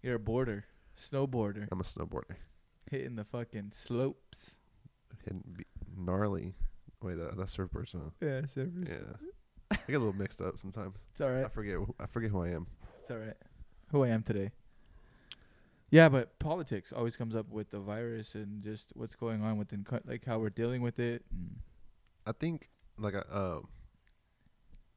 Speaker 1: You're a boarder, snowboarder,
Speaker 2: I'm a snowboarder.
Speaker 1: hitting the fucking slopes.
Speaker 2: And be gnarly. Wait, that, that's surfers, huh?
Speaker 1: Yeah, surfers.
Speaker 2: Yeah. I get a little mixed up sometimes.
Speaker 1: It's all right.
Speaker 2: I forget. wh- I forget who I am.
Speaker 1: It's all right. Who I am today. Yeah, but politics always comes up with the virus and just what's going on within, co- like how we're dealing with it.
Speaker 2: Mm.
Speaker 1: and-
Speaker 2: I think like I, um,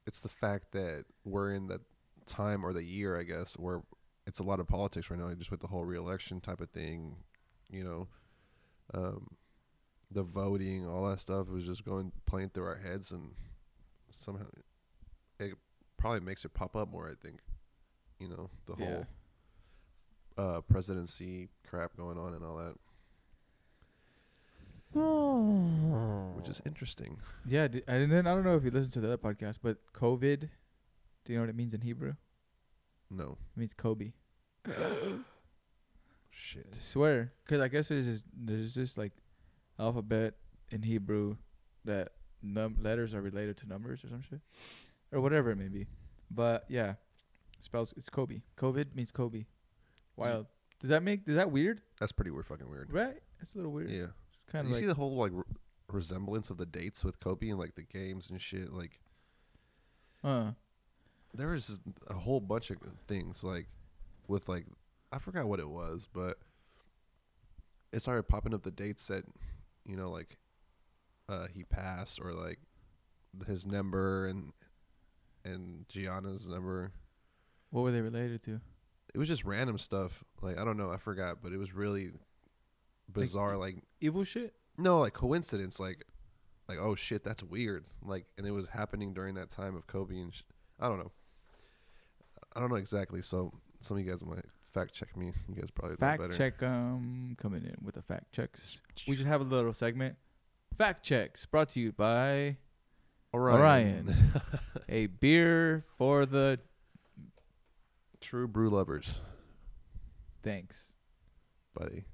Speaker 2: it's the fact that we're in that time or the year, I guess, where it's a lot of politics right now, just with the whole reelection type of thing. You know, um, the voting, all that stuff was just going playing through our heads, and somehow it probably makes it pop up more. I think, you know, the
Speaker 1: Yeah.
Speaker 2: whole uh, presidency crap going on and all that. Which is interesting.
Speaker 1: Yeah, d- and then I don't know if you listened to the other podcast, but COVID. Do you know what it means in Hebrew? It
Speaker 2: No
Speaker 1: means Kobe.
Speaker 2: shit.
Speaker 1: I swear, because I guess there's just, there's just like alphabet in Hebrew that num- letters are related to numbers or some shit, or whatever it may be. But yeah, spells it's Kobe. COVID means Kobe. Wild. Does that make does that weird?
Speaker 2: That's pretty weird. Fucking weird.
Speaker 1: Right? It's a little weird.
Speaker 2: Yeah.
Speaker 1: Kind
Speaker 2: you
Speaker 1: of like
Speaker 2: see the whole like re- resemblance of the dates with Kobe and like the games and shit. Like
Speaker 1: uh,
Speaker 2: there is a whole bunch of things like with like I forgot what it was, but it started popping up the dates that you know like uh he passed or like his number and and Gianna's number.
Speaker 1: what were they related to?
Speaker 2: It was just random stuff. Like I don't know, I forgot, but it was really bizarre like
Speaker 1: Evil shit.
Speaker 2: No, like coincidence, like, like oh shit, that's weird. Like, and it was happening during that time of Kobe and sh- I don't know. I don't know exactly. So some of you guys might fact check me. You guys probably know
Speaker 1: Fact
Speaker 2: better.
Speaker 1: check um coming in with the fact checks. We should have a little segment. Fact checks brought to you by Orion. a beer for the
Speaker 2: True brew lovers,
Speaker 1: thanks.
Speaker 2: buddy.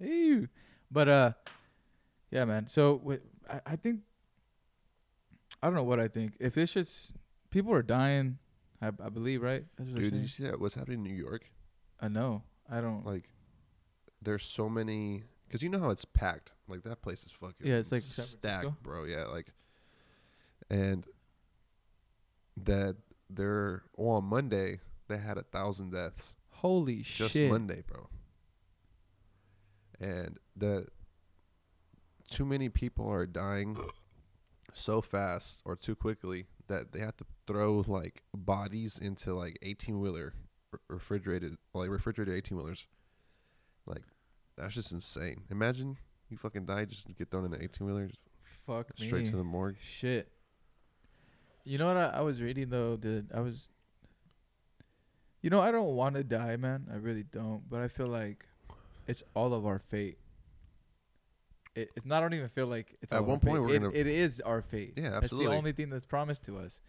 Speaker 1: Ew. But uh, yeah, man. So wi- I, I think I don't know what I think. If this shit's people are dying, I, I believe right. That's what
Speaker 2: Dude,
Speaker 1: they're
Speaker 2: did you
Speaker 1: saying.
Speaker 2: see that? What's happening in New York?
Speaker 1: I know. I don't.
Speaker 2: Like, there's so many. Cause you know how it's packed. Like that place is fucking
Speaker 1: Yeah, it's like San Francisco.
Speaker 2: stacked, bro. Yeah, like, and that they're oh, on Monday they had a thousand deaths.
Speaker 1: holy
Speaker 2: just
Speaker 1: shit.
Speaker 2: Monday, bro. And the too many people are dying so fast or too quickly that they have to throw like bodies into like 18 wheeler refrigerated like refrigerated 18 wheelers. Like that's just insane. Imagine you fucking die just get thrown in an 18 wheeler
Speaker 1: Fuck me.
Speaker 2: straight to the morgue.
Speaker 1: Shit. You know what I, I was reading though, dude? I was You know, I don't want to die, man. I really don't, but I feel like it's all of our fate. It, it's not I don't even feel like it's
Speaker 2: At
Speaker 1: all of
Speaker 2: one
Speaker 1: our
Speaker 2: point
Speaker 1: fate.
Speaker 2: we're
Speaker 1: It-
Speaker 2: gonna-
Speaker 1: it is our fate.
Speaker 2: Yeah,
Speaker 1: That's
Speaker 2: absolutely.
Speaker 1: the only thing that's promised to us.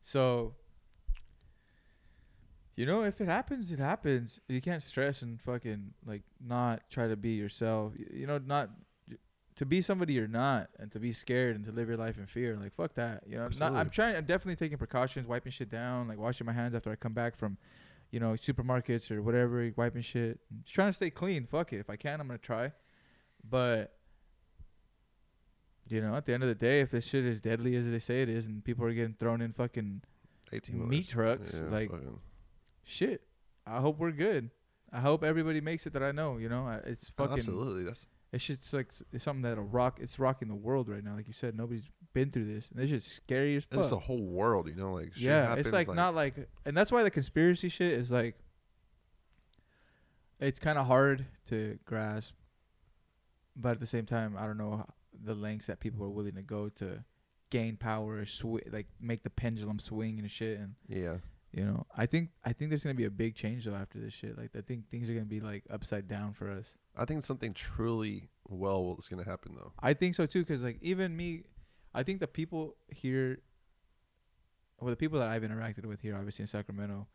Speaker 1: So you know, if it happens, it happens. You can't stress and fucking like not try to be yourself. Y- You know, not to be somebody you're not and to be scared and to live your life in fear like fuck that you know not, i'm
Speaker 2: Absolutely.
Speaker 1: trying i'm definitely taking precautions wiping shit down like washing my hands after i come back from you know supermarkets or whatever wiping shit just trying to stay clean fuck it if i can i'm gonna try But you know, at the end of the day, if this shit is deadly as they say it is, and people are getting thrown in fucking
Speaker 2: 18
Speaker 1: Meat trucks, like- shit, I hope we're good. I hope everybody makes it that I know. You know, I- it's fucking.
Speaker 2: Oh, absolutely. That's
Speaker 1: It's just like s- it's something that'll rock. It's rocking the world right now. Like you said, nobody's been through this, and this shit's scary as
Speaker 2: and
Speaker 1: fuck.
Speaker 2: it's the whole world, you know. Like shit
Speaker 1: yeah,
Speaker 2: happens,
Speaker 1: it's like, not like, and that's why the conspiracy shit is like, it's kind of hard to grasp, but at the same time, I don't know the lengths that people are willing to go to gain power, sw- like make the pendulum swing and shit, and
Speaker 2: yeah.
Speaker 1: you know, I think I think there's gonna be a big change though after this shit. Like I think things are gonna be like upside down for us.
Speaker 2: I think something truly well is going to happen though.
Speaker 1: I think so too, because like even me, I think the people here, well, the people that I've interacted with here, obviously in Sacramento,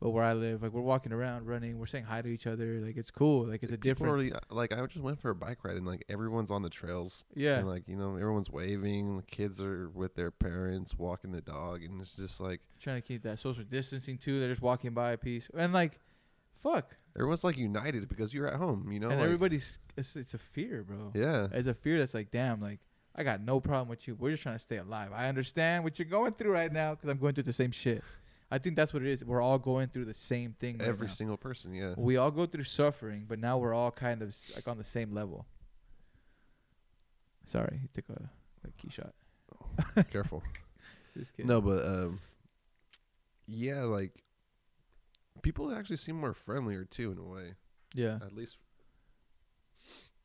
Speaker 1: but where I live, like we're walking around, running, we're saying hi to each other, like it's cool, like it's a
Speaker 2: People
Speaker 1: different,
Speaker 2: are really- like I just went for a bike ride and like everyone's on the trails
Speaker 1: yeah,
Speaker 2: and like you know everyone's waving. The kids are with their parents walking the dog and it's just like
Speaker 1: trying to keep that social distancing too. They're just walking by a piece, and like, fuck,
Speaker 2: everyone's like united because you're at home. You know.
Speaker 1: and
Speaker 2: like-
Speaker 1: everybody's it's, it's a fear, bro.
Speaker 2: Yeah.
Speaker 1: It's a fear that's like, damn, like I got no problem with you. We're just trying to stay alive. I understand what you're going through right now because I'm going through the same shit. I think that's what it is. We're all going through the same thing. right
Speaker 2: Every
Speaker 1: now.
Speaker 2: single person. Yeah.
Speaker 1: we all go through suffering, but now we're all kind of s- like on the same level. Sorry, he took a, a key shot.
Speaker 2: Careful.
Speaker 1: Just kidding.
Speaker 2: No, but um, yeah, like people actually seem more friendlier too in a way.
Speaker 1: Yeah.
Speaker 2: At least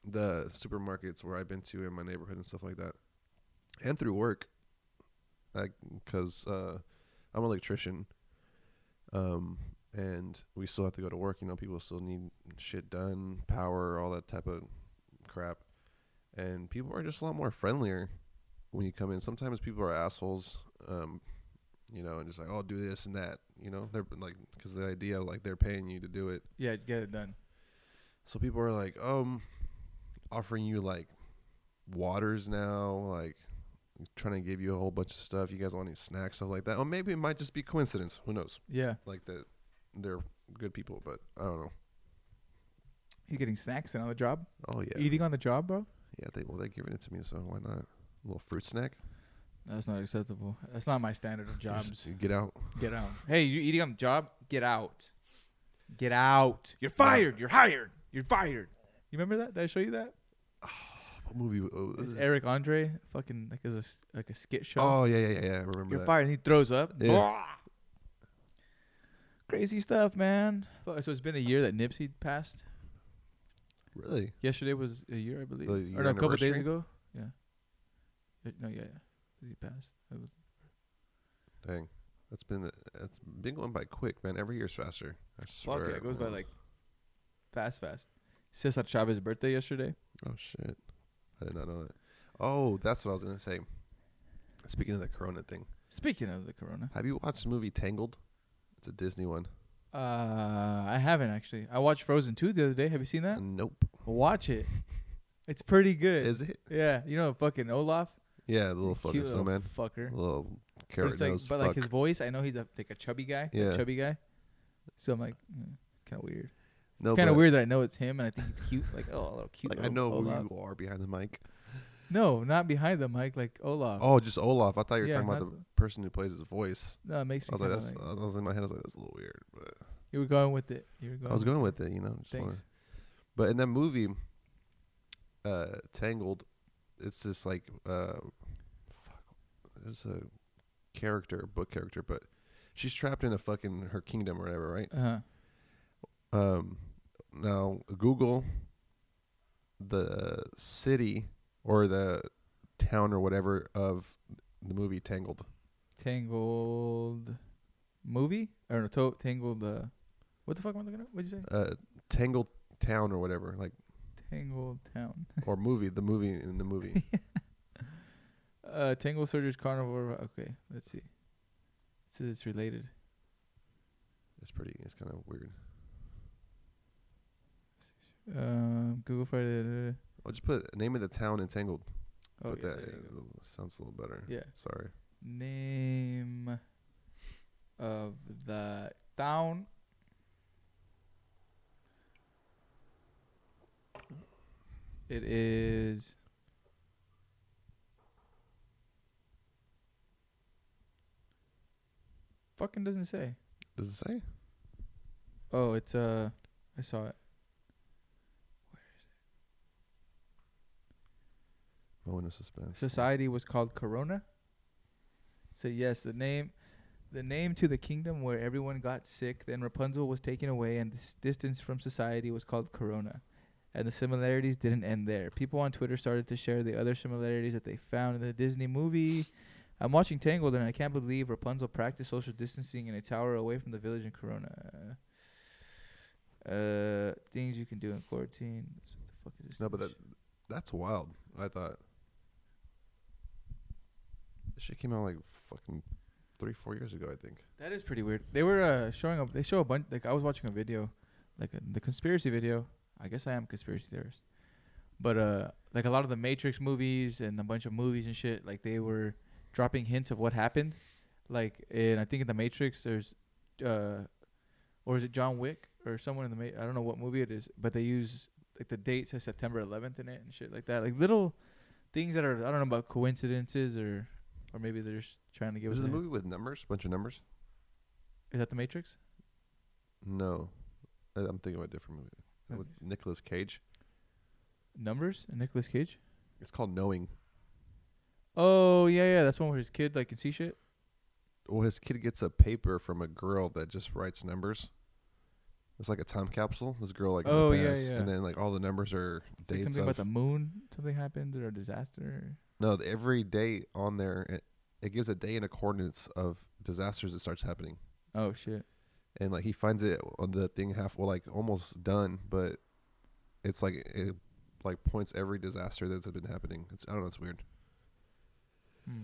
Speaker 2: the supermarkets where I've been to in my neighborhood and stuff like that, and through work, like because uh, I'm an electrician, um, and we still have to go to work. You know, people still need shit done, power, all that type of crap, and people are just a lot more friendlier when you come in. Sometimes people are assholes. Um, you know, and just like, oh, do this and that. You know, they're like, because the idea like they're paying you to do it,
Speaker 1: Yeah, get it done.
Speaker 2: so people are like, um, offering you like waters now, like trying to give you a whole bunch of stuff. You guys want any snacks, stuff like that. Or maybe it might just be coincidence. Who knows?
Speaker 1: Yeah.
Speaker 2: Like that, they're good people, but I don't know.
Speaker 1: He's getting snacks and on the job.
Speaker 2: Oh yeah,
Speaker 1: Eating on the job, bro?
Speaker 2: yeah. They well, they're giving it to me, so why not? A little fruit snack.
Speaker 1: That's not acceptable. That's not my standard of
Speaker 2: Just
Speaker 1: jobs.
Speaker 2: Get out.
Speaker 1: Get out. Hey, you eating on the job? Get out. Get out. You're fired. You're hired. You're fired. You remember that? Did I show you that?
Speaker 2: What movie? Oh,
Speaker 1: It's
Speaker 2: was it?
Speaker 1: Eric Andre, fucking like is a s- like a skit show.
Speaker 2: oh yeah, yeah, yeah, yeah. I remember
Speaker 1: You're
Speaker 2: that.
Speaker 1: fired. And he throws up.
Speaker 2: Yeah.
Speaker 1: Blah. Crazy stuff, man. Fuck, So it's been a year that Nipsey passed.
Speaker 2: Really?
Speaker 1: Yesterday was a year, I believe,
Speaker 2: The
Speaker 1: or
Speaker 2: year
Speaker 1: no, a couple days
Speaker 2: anniversary?
Speaker 1: ago. Yeah. Uh, No, yeah, yeah. He passed. That was-
Speaker 2: Dang. That's been that's been going by quick, man. Every year's faster. I swear.
Speaker 1: Fuck yeah, it goes by
Speaker 2: man.
Speaker 1: like fast, fast. Cesar Chavez's birthday yesterday.
Speaker 2: Oh shit. I did not know that. Oh, that's what I was gonna say. Speaking of the corona thing.
Speaker 1: Speaking of the corona,
Speaker 2: Have you watched the movie Tangled? It's a Disney one.
Speaker 1: uh, I haven't actually. I watched Frozen two the other day. Have you seen that?
Speaker 2: Uh, Nope.
Speaker 1: Watch it. It's pretty good.
Speaker 2: Mm. Is it?
Speaker 1: yeah, you know fucking Olaf,
Speaker 2: Yeah, the little fucking
Speaker 1: cute little
Speaker 2: snowman.
Speaker 1: fucker.
Speaker 2: Little
Speaker 1: But
Speaker 2: carrot
Speaker 1: it's like,
Speaker 2: nose
Speaker 1: but
Speaker 2: fuck.
Speaker 1: like his voice, I know he's a like a chubby guy, a
Speaker 2: Yeah.
Speaker 1: chubby guy. So I'm like, mm, kind of weird,
Speaker 2: no,
Speaker 1: kind of
Speaker 2: but,
Speaker 1: weird that I know it's him and I think he's cute. Like, oh, a little cute.
Speaker 2: Like I
Speaker 1: little
Speaker 2: know
Speaker 1: Olaf.
Speaker 2: who you are behind the mic.
Speaker 1: No, not behind the mic, like Olaf.
Speaker 2: Oh, just Olaf. I thought you were
Speaker 1: Yeah,
Speaker 2: talking about
Speaker 1: not
Speaker 2: the person who plays his voice.
Speaker 1: No, it makes me.
Speaker 2: I was like,
Speaker 1: kinda
Speaker 2: that's. uh,
Speaker 1: like-
Speaker 2: I was in my head. I was like, that's a little weird, but
Speaker 1: you were going with it. You were going.
Speaker 2: I was
Speaker 1: with
Speaker 2: going with it, you know.
Speaker 1: it.
Speaker 2: Just wanna-
Speaker 1: Thanks.
Speaker 2: But in that movie, uh, Tangled, it's this like, uh, fuck, there's a character, book character, but she's trapped in a fucking her kingdom or whatever, right?
Speaker 1: Uh huh.
Speaker 2: Um, now Google the city or the town or whatever of the movie Tangled.
Speaker 1: Tangled movie or no, to- Tangled. Uh, what the fuck am I looking at? What'd you say?
Speaker 2: Uh, Tangled town or whatever, like
Speaker 1: Tangled town.
Speaker 2: or movie, the movie in the movie.
Speaker 1: Uh, Tangled Surgeries Carnivore. Okay, let's see. So it's related.
Speaker 2: it's pretty. It's kind of weird.
Speaker 1: Um, Google Friday. da- da- da.
Speaker 2: I'll just put name of the town in Tangled.
Speaker 1: Oh,
Speaker 2: but
Speaker 1: yeah,
Speaker 2: that
Speaker 1: there you go.
Speaker 2: uh, sounds a little better.
Speaker 1: Yeah.
Speaker 2: Sorry.
Speaker 1: Name of the town. It is. Fucking doesn't say.
Speaker 2: Does it say?
Speaker 1: Oh, it's uh, I saw it.
Speaker 2: Moment of Oh, suspense.
Speaker 1: Society was called Corona. So yes, the name, the name to the kingdom where everyone got sick. Then Rapunzel was taken away, and this distance from society was called Corona. And the similarities didn't end there. People on Twitter started to share the other similarities that they found in the Disney movie. I'm watching Tangled, and I can't believe Rapunzel practiced social distancing in a tower away from the village in Corona. Uh, things you can do in quarantine. What the fuck is this?
Speaker 2: No, but
Speaker 1: thing?
Speaker 2: that that's wild. I thought this shit came out like fucking three, four years ago. I think.
Speaker 1: That is pretty weird. They were uh, showing up. They show a bunch. Like I was watching a video, like a, the conspiracy video. I guess I am a conspiracy theorist, but uh, like a lot of the Matrix movies and a bunch of movies and shit. Like they were dropping hints of what happened. Like in I think in the Matrix, there's, uh, or is it John Wick or someone in the Ma- I don't know what movie it is, but they use like the date says September 11th in it and shit like that. Like little things that are I don't know about coincidences or, or maybe they're just trying to give
Speaker 2: Is
Speaker 1: us
Speaker 2: it the
Speaker 1: a hint.
Speaker 2: movie with numbers? Bunch of numbers?
Speaker 1: Is that the Matrix?
Speaker 2: No, I- I'm thinking about a different movie with Nicolas Cage.
Speaker 1: Numbers and Nicolas Cage.
Speaker 2: It's called Knowing.
Speaker 1: Oh yeah, yeah, that's one where his kid like can see shit.
Speaker 2: Well, his Oh, kid gets a paper from a girl that just writes numbers. It's like a time capsule. This girl like in the
Speaker 1: Oh, yeah,
Speaker 2: past,
Speaker 1: yeah.
Speaker 2: and then like all the numbers are
Speaker 1: Like,
Speaker 2: dates
Speaker 1: something
Speaker 2: of
Speaker 1: about the moon, something happened or a disaster.
Speaker 2: No, the- every day on there, it, it gives a day and a coordinates of disasters that starts happening,
Speaker 1: Oh shit.
Speaker 2: and like he finds it on the thing half, well, like almost done, but it's like it like points every disaster that's been happening. It's I don't know, it's weird.
Speaker 1: Hmm.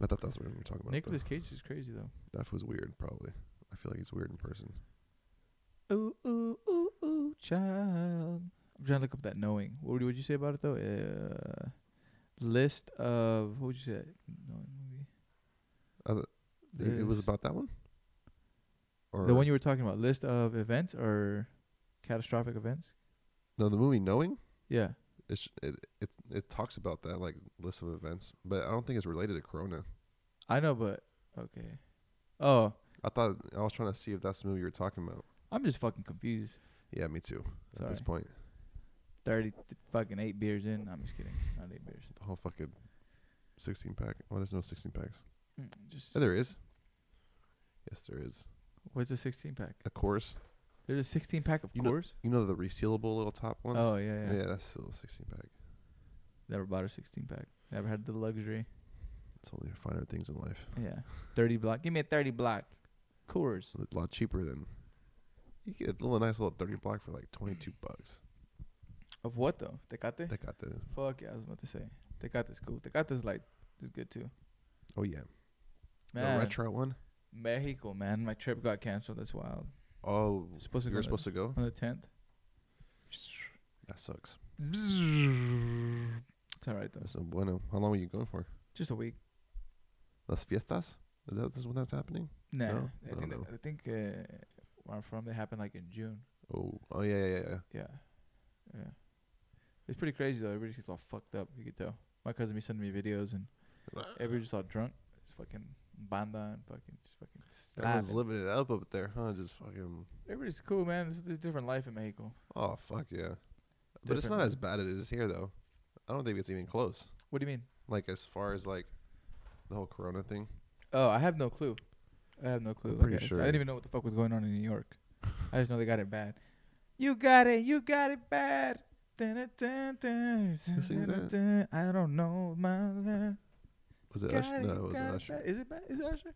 Speaker 2: I thought that's what we were talking about.
Speaker 1: Nicolas Cage is crazy though.
Speaker 2: though. that was weird, probably. I feel like he's weird in person.
Speaker 1: Ooh ooh ooh ooh, child. I'm trying to look up that knowing. What would you, what'd you say about it though? Uh, list of what would you say? Knowing movie.
Speaker 2: It, it was
Speaker 1: This-
Speaker 2: about that one, or
Speaker 1: the one you were talking about. List of events or catastrophic events.
Speaker 2: no, the movie Knowing.
Speaker 1: Yeah.
Speaker 2: It's, it it it talks about that like list of events, but I don't think it's related to Corona.
Speaker 1: I know, but okay. Oh,
Speaker 2: I thought I was trying to see if that's the movie you were talking about.
Speaker 1: I'm just fucking confused.
Speaker 2: Yeah, me too. At this
Speaker 1: Sorry.
Speaker 2: point,
Speaker 1: Thirty th- fucking eight beers in. I'm just kidding. Not eight beers.
Speaker 2: the whole fucking sixteen pack. Oh, there's no sixteen packs.
Speaker 1: Mm, Just
Speaker 2: Yeah, there is. Yes, there is.
Speaker 1: what's a 16 pack?
Speaker 2: A course.
Speaker 1: There's a 16 pack of
Speaker 2: Uh, You know-
Speaker 1: Coors.
Speaker 2: You know the resealable little top ones.
Speaker 1: Oh yeah, yeah,
Speaker 2: yeah. that's still a sixteen pack.
Speaker 1: Never bought a 16 pack. Never had the luxury.
Speaker 2: It's only for finer things in life.
Speaker 1: Yeah, 30 block. Give me a 30 block. Coors.
Speaker 2: It's a lot cheaper than. You get a little nice little thirty block for like twenty two bucks.
Speaker 1: Of what though? Tecate.
Speaker 2: They got the.
Speaker 1: Fuck yeah, I was about to say. Tecate's cool. Tecate's like is good too.
Speaker 2: Oh yeah,
Speaker 1: Man,
Speaker 2: the retro one.
Speaker 1: Mexico, man. My trip got canceled. That's wild.
Speaker 2: Oh,
Speaker 1: Supposed to
Speaker 2: you
Speaker 1: go
Speaker 2: were
Speaker 1: on
Speaker 2: supposed to go.
Speaker 1: the- on the 10th.
Speaker 2: That sucks.
Speaker 1: It's all right though.
Speaker 2: That's no bueno. How long were you going for?
Speaker 1: Just a week.
Speaker 2: Las fiestas. Is that is when that's happening?
Speaker 1: Nah.
Speaker 2: No?
Speaker 1: I
Speaker 2: No,
Speaker 1: think
Speaker 2: no.
Speaker 1: that- I think uh, where I'm from, they happened like in June.
Speaker 2: Oh, oh yeah, yeah, yeah, yeah.
Speaker 1: Yeah. Yeah. It's pretty crazy though. Everybody just gets all fucked up. You could tell. My cousin be sending me videos and everybody just all drunk. Just fucking banda and fucking just fucking
Speaker 2: Everyone's
Speaker 1: slapping.
Speaker 2: living it up up there, huh? Just fucking.
Speaker 1: Everybody's cool, man. It's, it's different life in Mexico.
Speaker 2: Oh fuck yeah! But it's not
Speaker 1: Different.
Speaker 2: as bad as it is here, though. I don't think it's even close.
Speaker 1: What do you mean?
Speaker 2: Like as far as like the whole Corona thing.
Speaker 1: Oh, I have no clue. I have no clue.
Speaker 2: I'm
Speaker 1: Like,
Speaker 2: pretty
Speaker 1: I, just-
Speaker 2: sure.
Speaker 1: I didn't even know what the fuck was going on in New York. I just know they got it bad. You got it. You got it bad. Dun, dun, dun,
Speaker 2: Who sings
Speaker 1: dun, dun. I don't know my love.
Speaker 2: Was it
Speaker 1: Got
Speaker 2: Usher?
Speaker 1: it,
Speaker 2: No,
Speaker 1: you
Speaker 2: it wasn't
Speaker 1: got
Speaker 2: Usher.
Speaker 1: bad. Is it bad? Is it Usher?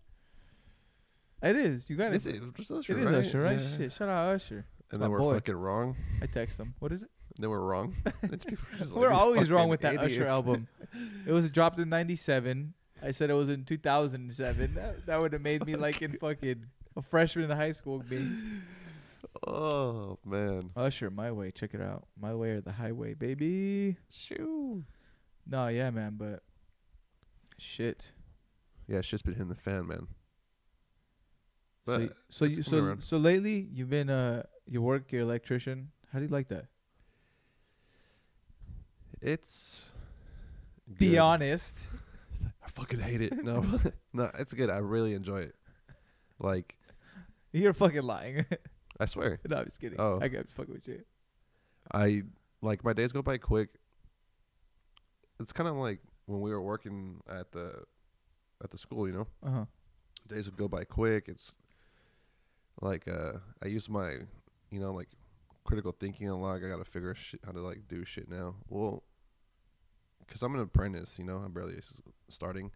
Speaker 1: It is. You got
Speaker 2: It's,
Speaker 1: it.
Speaker 2: it was Usher,
Speaker 1: It is
Speaker 2: right?
Speaker 1: Usher, right?
Speaker 2: Yeah.
Speaker 1: Shit, shout out Usher.
Speaker 2: And
Speaker 1: my
Speaker 2: then we're
Speaker 1: boy.
Speaker 2: fucking wrong.
Speaker 1: I text him. What is it?
Speaker 2: Then we're wrong. It's just like
Speaker 1: We're
Speaker 2: these
Speaker 1: always wrong
Speaker 2: fucking
Speaker 1: with that Usher
Speaker 2: idiots.
Speaker 1: album. it was dropped in '97. I said it was in 2007. That, that would have made me like in fucking a freshman in high school. Be
Speaker 2: Oh man.
Speaker 1: Usher, my way. Check it out, my way or the highway, baby.
Speaker 2: Shoo.
Speaker 1: No, yeah, man, but shit.
Speaker 2: Yeah, it's just been hitting the fan, man.
Speaker 1: So
Speaker 2: But
Speaker 1: y- so
Speaker 2: it's
Speaker 1: you,
Speaker 2: coming
Speaker 1: so
Speaker 2: around.
Speaker 1: so lately you've been uh you work your electrician. How do you like that?
Speaker 2: It's
Speaker 1: Be
Speaker 2: good.
Speaker 1: honest.
Speaker 2: I fucking hate it. No, no, it's good. I really enjoy it. Like
Speaker 1: You're fucking lying.
Speaker 2: I swear,
Speaker 1: no, I'm just kidding.
Speaker 2: Oh.
Speaker 1: I got fucking with you.
Speaker 2: I like my days go by quick. It's kind of like when we were working at the at the school, you know.
Speaker 1: Uh huh.
Speaker 2: days would go by quick. It's like uh, I use my, you know, like critical thinking a lot. I gotta figure shit, how to like do shit now. Well, because I'm an apprentice, you know, I'm barely s- starting.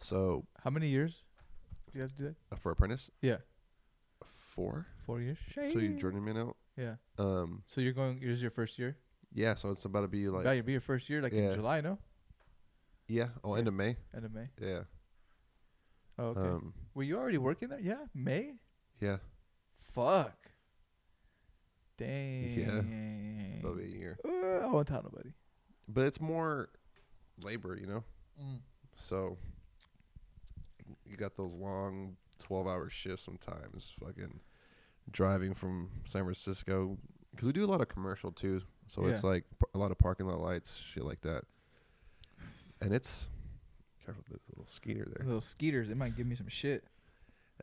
Speaker 2: So
Speaker 1: How many years do you have to do that?
Speaker 2: uh, for apprentice,
Speaker 1: Yeah.
Speaker 2: four.
Speaker 1: Four years.
Speaker 2: So you
Speaker 1: Shit.
Speaker 2: journeyman out.
Speaker 1: Yeah.
Speaker 2: Um,
Speaker 1: So you're going. This is your first year.
Speaker 2: yeah. So it's about to be like
Speaker 1: Like, That'll be your first year, like in
Speaker 2: Yeah.
Speaker 1: July, no?
Speaker 2: yeah, oh, end of May.
Speaker 1: End of May.
Speaker 2: Yeah.
Speaker 1: Oh, okay.
Speaker 2: Um,
Speaker 1: Were you already working there? Yeah, May.
Speaker 2: yeah,
Speaker 1: Fuck. Dang.
Speaker 2: about a year.
Speaker 1: Uh, I won't tell nobody.
Speaker 2: But it's more labor, you know. So you got those long 12 hour shifts sometimes, fucking driving from San Francisco. Because we do a lot of commercial too. So it's
Speaker 1: Yeah.
Speaker 2: like p- a lot of parking lot lights, shit like that. And it's. Careful, there's a little skeeter there.
Speaker 1: Little skeeters, they might give me some shit.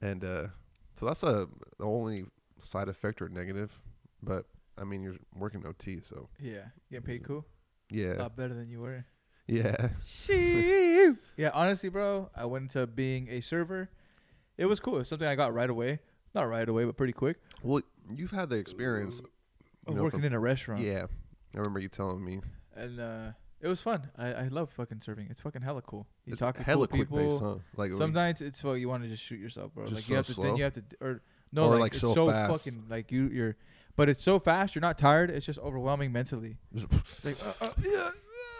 Speaker 2: And uh, so that's a, the only side effect or negative. But I mean, you're working OT, so
Speaker 1: Yeah, getting paid
Speaker 2: So-
Speaker 1: cool.
Speaker 2: yeah.
Speaker 1: A lot better than you were.
Speaker 2: Yeah.
Speaker 1: Shoo. yeah, honestly, bro, I went into being a server. It was cool. It was something I got right away. Not right away, but pretty quick.
Speaker 2: Well, you've had the experience.
Speaker 1: Of working in a restaurant.
Speaker 2: Yeah. I remember you telling me.
Speaker 1: and uh, it was fun. I, I love fucking serving. It's fucking hella cool. You
Speaker 2: It's
Speaker 1: talk to cool
Speaker 2: hella quick
Speaker 1: people.
Speaker 2: pace, huh? Like we-
Speaker 1: Sometimes it's well, you want to just shoot yourself, bro.
Speaker 2: Just
Speaker 1: like
Speaker 2: so
Speaker 1: you have to, then
Speaker 2: slow?
Speaker 1: you have to, d- or no,
Speaker 2: Or,
Speaker 1: like,
Speaker 2: like,
Speaker 1: it's so,
Speaker 2: so fast?
Speaker 1: fucking like you, you're, but it's so fast. You're not tired. It's just overwhelming mentally. It's like, uh, uh, yeah,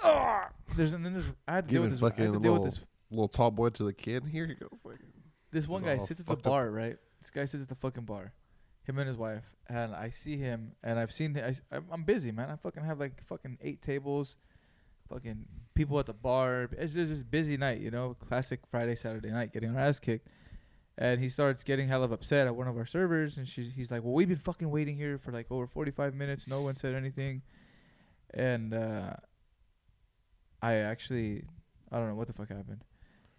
Speaker 1: ah. there's and then there's, I had to deal with
Speaker 2: Giving
Speaker 1: this. I had
Speaker 2: fucking
Speaker 1: to deal with
Speaker 2: little-
Speaker 1: this.
Speaker 2: little tall boy to the kid. Here you go. Fucking.
Speaker 1: This one
Speaker 2: just
Speaker 1: guy
Speaker 2: all
Speaker 1: sits at the
Speaker 2: fucked up.
Speaker 1: bar, right? This guy sits at the fucking bar, him and his wife, and I see him, and I've seen. I, s- I'm- I'm busy, man. I fucking have like fucking eight tables, fucking people at the bar. It's just just busy night, you know. Classic Friday, Saturday night, getting our ass kicked. And he starts getting hell of upset at one of our servers, and she, he's like, "Well, we've been fucking waiting here for like over 45 minutes. No one said anything." And uh, I actually, I don't know what the fuck happened,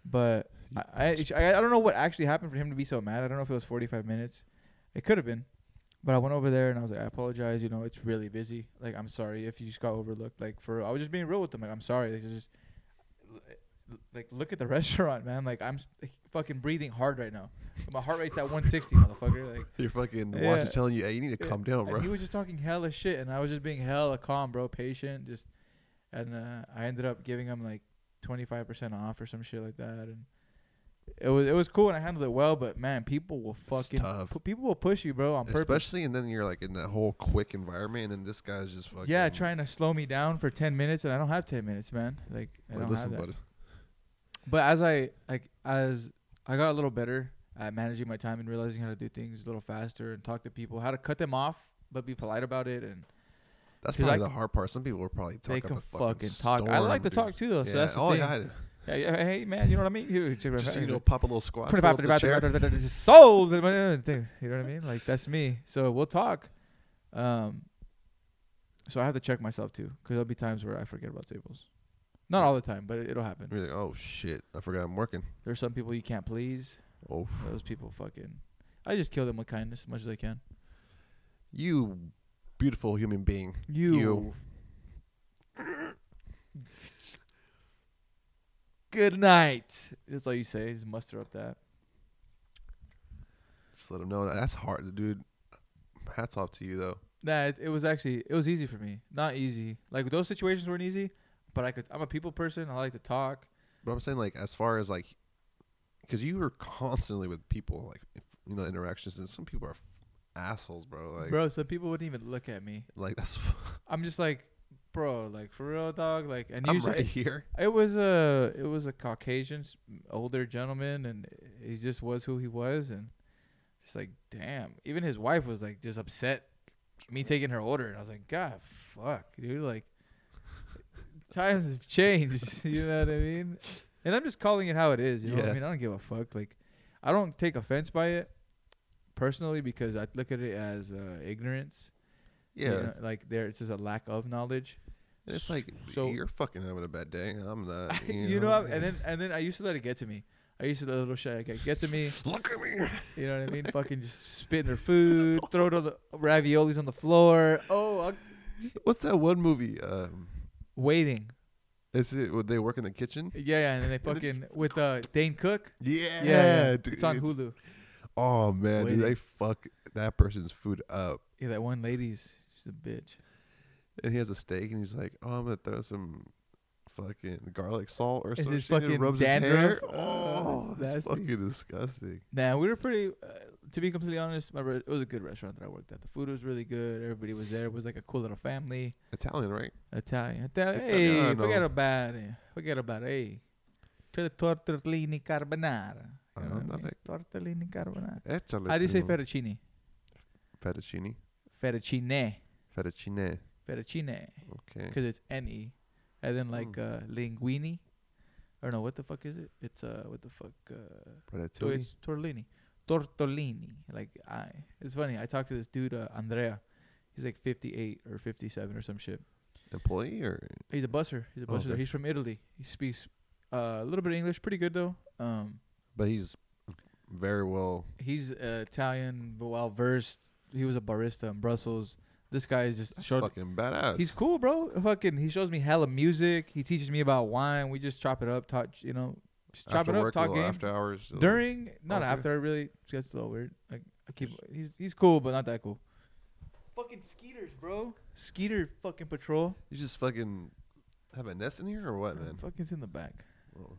Speaker 1: but I, I, I I don't know what actually happened for him to be so mad. I don't know if it was 45 minutes. It could have been. But I went over there and I was like, I apologize. You know, it's really busy. Like, I'm sorry if you just got overlooked. Like, for I was just being real with them. Like, I'm sorry. Like, it's just like look at the restaurant, man. Like, I'm s- like, fucking breathing hard right now. My heart rate's at 160, motherfucker. Like,
Speaker 2: Your fucking
Speaker 1: Yeah.
Speaker 2: watch is telling you, hey, you need to
Speaker 1: Yeah.
Speaker 2: calm down,
Speaker 1: and
Speaker 2: bro.
Speaker 1: he was just talking hella shit, and I was just being hella calm, bro, patient, just. And uh, I ended up giving him like twenty five percent off or some shit like that, and it was it was cool, and I handled it well. But man, people will fucking
Speaker 2: tough.
Speaker 1: pu- people will push you, bro, on purpose.
Speaker 2: Especially, and then you're like in that whole quick environment, and then this guy's just fucking.
Speaker 1: yeah, trying to slow me down for ten minutes, and I don't have ten minutes, man. Like I
Speaker 2: Like,
Speaker 1: don't
Speaker 2: listen,
Speaker 1: have that.
Speaker 2: bud.
Speaker 1: But as I like as I got a little better at managing my time and realizing how to do things a little faster and talk to people, how to cut them off but be polite about it and
Speaker 2: That's
Speaker 1: 'Cause I
Speaker 2: probably the
Speaker 1: can-
Speaker 2: hard part. Some people will probably talk
Speaker 1: they
Speaker 2: up
Speaker 1: can
Speaker 2: a fucking,
Speaker 1: fucking talk. I like to
Speaker 2: storm,
Speaker 1: talk too though,
Speaker 2: dude.
Speaker 1: so that's the
Speaker 2: oh
Speaker 1: thing.
Speaker 2: god,
Speaker 1: Yeah, yeah, hey man, you know what I mean? You check my
Speaker 2: just
Speaker 1: fa-
Speaker 2: you know, pop a little squat. pull
Speaker 1: 25,
Speaker 2: up the
Speaker 1: 35,
Speaker 2: chair.
Speaker 1: 35, 35, souls. You know what I mean? Like that's me. So we'll talk. Um, so I have to check myself too, because there'll be times where I forget about tables. Not all the time, but it, it'll happen.
Speaker 2: You're like, oh shit, I forgot I'm working.
Speaker 1: There's some people you can't please.
Speaker 2: Oh,
Speaker 1: Those people fucking. I just kill them with kindness as much as I can.
Speaker 2: you beautiful human being. You.
Speaker 1: Good night. That's all you say is muster up that.
Speaker 2: Just let him know that's hard, dude. Hats off to you though.
Speaker 1: Nah, it, it was actually it was easy for me. Not easy. Like those situations weren't easy, but I could. I'm a people person. I like to talk.
Speaker 2: But I'm saying like as far as like, because you were constantly with people like if, you know interactions and some people are assholes, bro. Like
Speaker 1: bro, some people wouldn't even look at me.
Speaker 2: like that's
Speaker 1: I'm just like, bro, like for real, dog. Like, and
Speaker 2: I'm
Speaker 1: usually
Speaker 2: right here.
Speaker 1: it, was a it was a Caucasian s- older gentleman, and he just was who he was, and just like, damn. Even his wife was like just upset me taking her order, and I was like, God, fuck, dude, like. Times have changed, you know what I mean? And I'm just calling it how it is. You know what I
Speaker 2: Yeah.
Speaker 1: mean? I don't give a fuck. Like, I don't take offense by it personally because I look at it as uh, ignorance. you
Speaker 2: Yeah,
Speaker 1: know, like there, it's just a lack of knowledge.
Speaker 2: And it's like
Speaker 1: So-
Speaker 2: you're fucking having a bad day. I'm not.
Speaker 1: you know, and then and then I used to let it get to me. I used to let little shit like, get to me.
Speaker 2: look at me.
Speaker 1: You know what I mean? Fucking just spitting their food, throw the raviolis on the floor. Oh, i
Speaker 2: What's that one movie? Um,
Speaker 1: waiting.
Speaker 2: is it would they work in the kitchen?
Speaker 1: Yeah, yeah, and then they fucking with uh Dane Cook.
Speaker 2: Yeah,
Speaker 1: Yeah, yeah.
Speaker 2: dude.
Speaker 1: it's on Hulu.
Speaker 2: Oh man,
Speaker 1: Waiting.
Speaker 2: dude, they fuck that person's food up.
Speaker 1: Yeah, that one lady's she's a bitch.
Speaker 2: And he has a steak, and he's like, "Oh, I'm gonna throw some fucking garlic salt or
Speaker 1: Is
Speaker 2: something."
Speaker 1: it fucking
Speaker 2: rubs
Speaker 1: dandruff?
Speaker 2: his hair.
Speaker 1: Uh,
Speaker 2: Oh, that's
Speaker 1: nasty.
Speaker 2: fucking disgusting.
Speaker 1: Nah, we were pretty. Uh, to be completely honest, my re- it was a good restaurant that I worked at. The food was really good. Everybody was there. It was like a cool little family.
Speaker 2: Italian, right?
Speaker 1: Italian. Italian. Hey,
Speaker 2: Italiano.
Speaker 1: forget about it. Forget about it. Hey, to the tortellini carbonara. You know
Speaker 2: Uh,
Speaker 1: what I
Speaker 2: not
Speaker 1: mean? Tortellini carbonara.
Speaker 2: Italy.
Speaker 1: How do you say fettuccine?
Speaker 2: Fettuccine.
Speaker 1: Fettuccine.
Speaker 2: Fettuccine.
Speaker 1: Fettuccine.
Speaker 2: Okay.
Speaker 1: Because it's N-E. And then like uh, linguini. Or no, what the fuck is it? It's, uh, what the fuck? Uh, So
Speaker 2: Ratatouille.
Speaker 1: it's tortellini. Tortellini. Like I it's funny. I talked to this dude, uh, Andrea. He's like 58 or 57 or some shit.
Speaker 2: Employee or
Speaker 1: He's a busser. He's a
Speaker 2: Oh,
Speaker 1: busser.
Speaker 2: okay.
Speaker 1: He's from Italy. He speaks uh, a little bit of English, pretty good though. Um,
Speaker 2: but he's very well.
Speaker 1: he's uh, Italian, but well versed. He was a barista in Brussels. This guy is just
Speaker 2: That's
Speaker 1: showed.
Speaker 2: fucking badass.
Speaker 1: He's cool, bro. Fucking, he shows me hella music. He teaches me about wine. We just chop it up, talk. You know, just chop
Speaker 2: after
Speaker 1: it up,
Speaker 2: work,
Speaker 1: talk
Speaker 2: little
Speaker 1: game.
Speaker 2: after hours. little-
Speaker 1: during not
Speaker 2: Okay.
Speaker 1: after really gets a little weird. Like I keep he's he's cool but not that cool. Fucking skeeters, bro. Skeeter fucking patrol.
Speaker 2: you just fucking have a nest in here or what, man?
Speaker 1: Fucking it's in the back.
Speaker 2: Oh.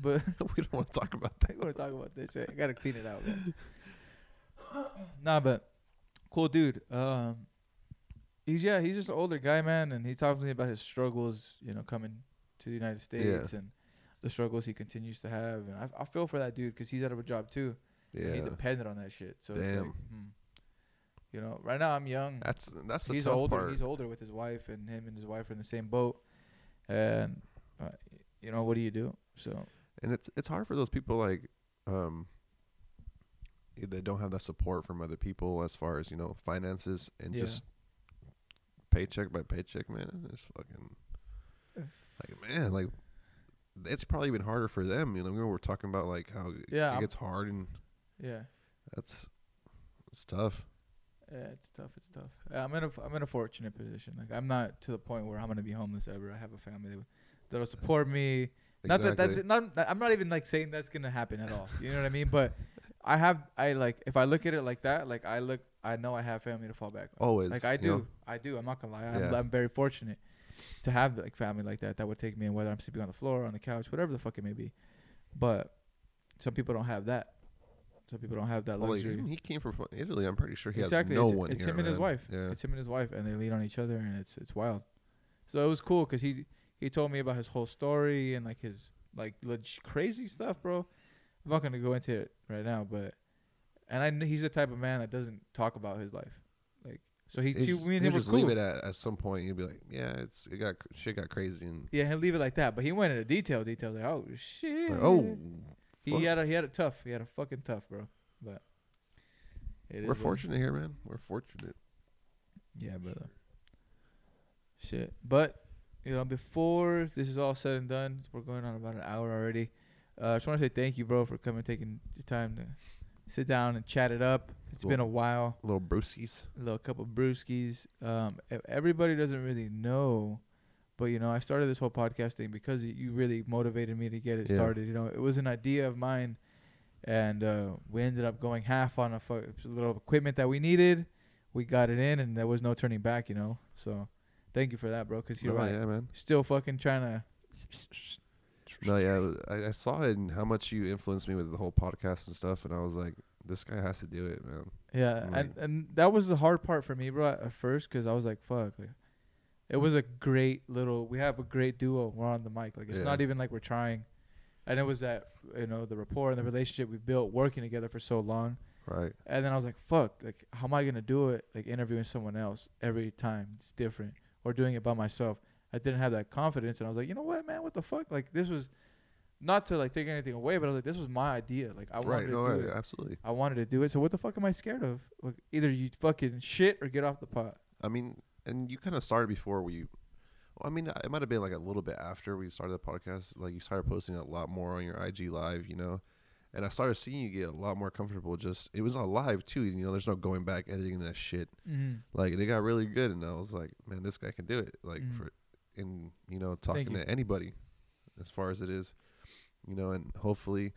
Speaker 1: But
Speaker 2: we don't want to talk about
Speaker 1: I want to talk about this shit. I gotta clean it out. man. nah, but cool dude. Um, he's yeah, he's just an older guy, man, and he talks to me about his struggles. You know, coming to the United States and the struggles he continues to have, and I, I feel for that dude because he's out of a job too.
Speaker 2: that.
Speaker 1: and
Speaker 2: Yeah.
Speaker 1: he depended on that shit. So it's like,
Speaker 2: Damn.
Speaker 1: hmm. you know, right now I'm young.
Speaker 2: That's that's the
Speaker 1: he's
Speaker 2: tough
Speaker 1: older.
Speaker 2: part.
Speaker 1: He's older with his wife, and him and his wife are in the same boat. And uh, you know, what do you do? So
Speaker 2: and it's it's hard for those people like um that don't have that support from other people as far as you know finances and
Speaker 1: Yeah.
Speaker 2: just paycheck by paycheck man it's fucking like man like it's probably even harder for them you know we were talking about like how it-
Speaker 1: Yeah,
Speaker 2: it
Speaker 1: I'm-
Speaker 2: gets hard and
Speaker 1: yeah,
Speaker 2: that's it's tough
Speaker 1: yeah it's tough. It's tough. Uh, I'm in a I'm in a fortunate position. Like I'm not to the point where I'm gonna be homeless ever. I have a family that that'll support me. Not that that's not. that- I'm not even like saying that's gonna happen at all. You know what I mean? But I have I like if I look at it like that, like I look I know I have family to fall back on.
Speaker 2: always
Speaker 1: Like I
Speaker 2: you
Speaker 1: do,
Speaker 2: know?
Speaker 1: I do. I'm not gonna lie. I'm,
Speaker 2: Yeah.
Speaker 1: I'm very fortunate to have like family like that that would take me in, whether I'm sleeping on the floor, on the couch, whatever the fuck it may be. But some people don't have that. Some people don't have that
Speaker 2: Well, like,
Speaker 1: luxury.
Speaker 2: he came from fu- Italy. I'm pretty sure he
Speaker 1: exactly.
Speaker 2: has no
Speaker 1: it's
Speaker 2: one
Speaker 1: it's
Speaker 2: here,
Speaker 1: him and his
Speaker 2: man.
Speaker 1: wife.
Speaker 2: Yeah,
Speaker 1: It's him and his wife, and they lean on each other, and it's it's wild. So it was cool because he he told me about his whole story and like his like leg- crazy stuff, bro. I'm not gonna go into it right now, but and I kn- he's the type of man that doesn't talk about his life, like so he,
Speaker 2: It's
Speaker 1: he
Speaker 2: just-
Speaker 1: me and
Speaker 2: he'll
Speaker 1: him were
Speaker 2: just
Speaker 1: cool.
Speaker 2: leave it at at some point. You'll be like, yeah, it's it got cr- shit got crazy and
Speaker 1: Yeah, he'll leave it like that. But he went into detail, detail. Like, oh shit.
Speaker 2: like, oh, fuck.
Speaker 1: he had a he had it tough. He had a fucking tough, bro. But it
Speaker 2: we're
Speaker 1: is what it is.
Speaker 2: fortunate here, man. We're fortunate.
Speaker 1: Yeah, brother. Shit. But you know, before this is all said and done, we're going on about an hour already. Uh, I just want to say thank you, bro, for coming, taking your time to sit down and chat it up. It's been a while.
Speaker 2: Little Brucey's.
Speaker 1: a little couple brewskis. Um, e- everybody doesn't really know, but you know, I started this whole podcast thing because y- you really motivated me to get it
Speaker 2: Yeah.
Speaker 1: started. You know, it was an idea of mine, and uh, we ended up going half on a fu- little equipment that we needed. We got it in, and there was no turning back. You know, so thank you for that, bro. Because you're
Speaker 2: No,
Speaker 1: right.
Speaker 2: yeah, man.
Speaker 1: Still fucking trying to.
Speaker 2: No, yeah. I, I saw it and how much you influenced me with the whole podcast and stuff, and I was like, this guy has to do it, man.
Speaker 1: Yeah,
Speaker 2: Mm.
Speaker 1: and and that was the hard part for me, bro, at at first, because I was like, fuck. Like, it was a great little. We have a great duo. We're on the mic. Like, it's
Speaker 2: Yeah.
Speaker 1: not even like we're trying. And it was that you know the rapport and the relationship we built working together for so long.
Speaker 2: Right.
Speaker 1: And then I was like, fuck. Like, how am I gonna do it? Like interviewing someone else every time. It's different. Or doing it by myself. I didn't have that confidence, and I was like, you know what, man? What the fuck? Like, this was not to like take anything away, but I was like, this was my idea. Like, I wanted
Speaker 2: right.
Speaker 1: to
Speaker 2: No,
Speaker 1: do
Speaker 2: yeah,
Speaker 1: it.
Speaker 2: absolutely.
Speaker 1: I wanted to do it. So what the fuck am I scared of? Like, either you fucking shit or get off the pot.
Speaker 2: I mean, and you kind of started before we, Well, I mean, it might have been like a little bit after we started the podcast. Like you started posting a lot more on your IG live, you know, and I started seeing you get a lot more comfortable. Just it was on live too, you know. There's no going back editing that shit.
Speaker 1: Mhm.
Speaker 2: Like they got really good, and I was like, man, this guy can do it. Like
Speaker 1: Mhm.
Speaker 2: for in you know talking
Speaker 1: you.
Speaker 2: to anybody, as far as it is, you know, and hopefully,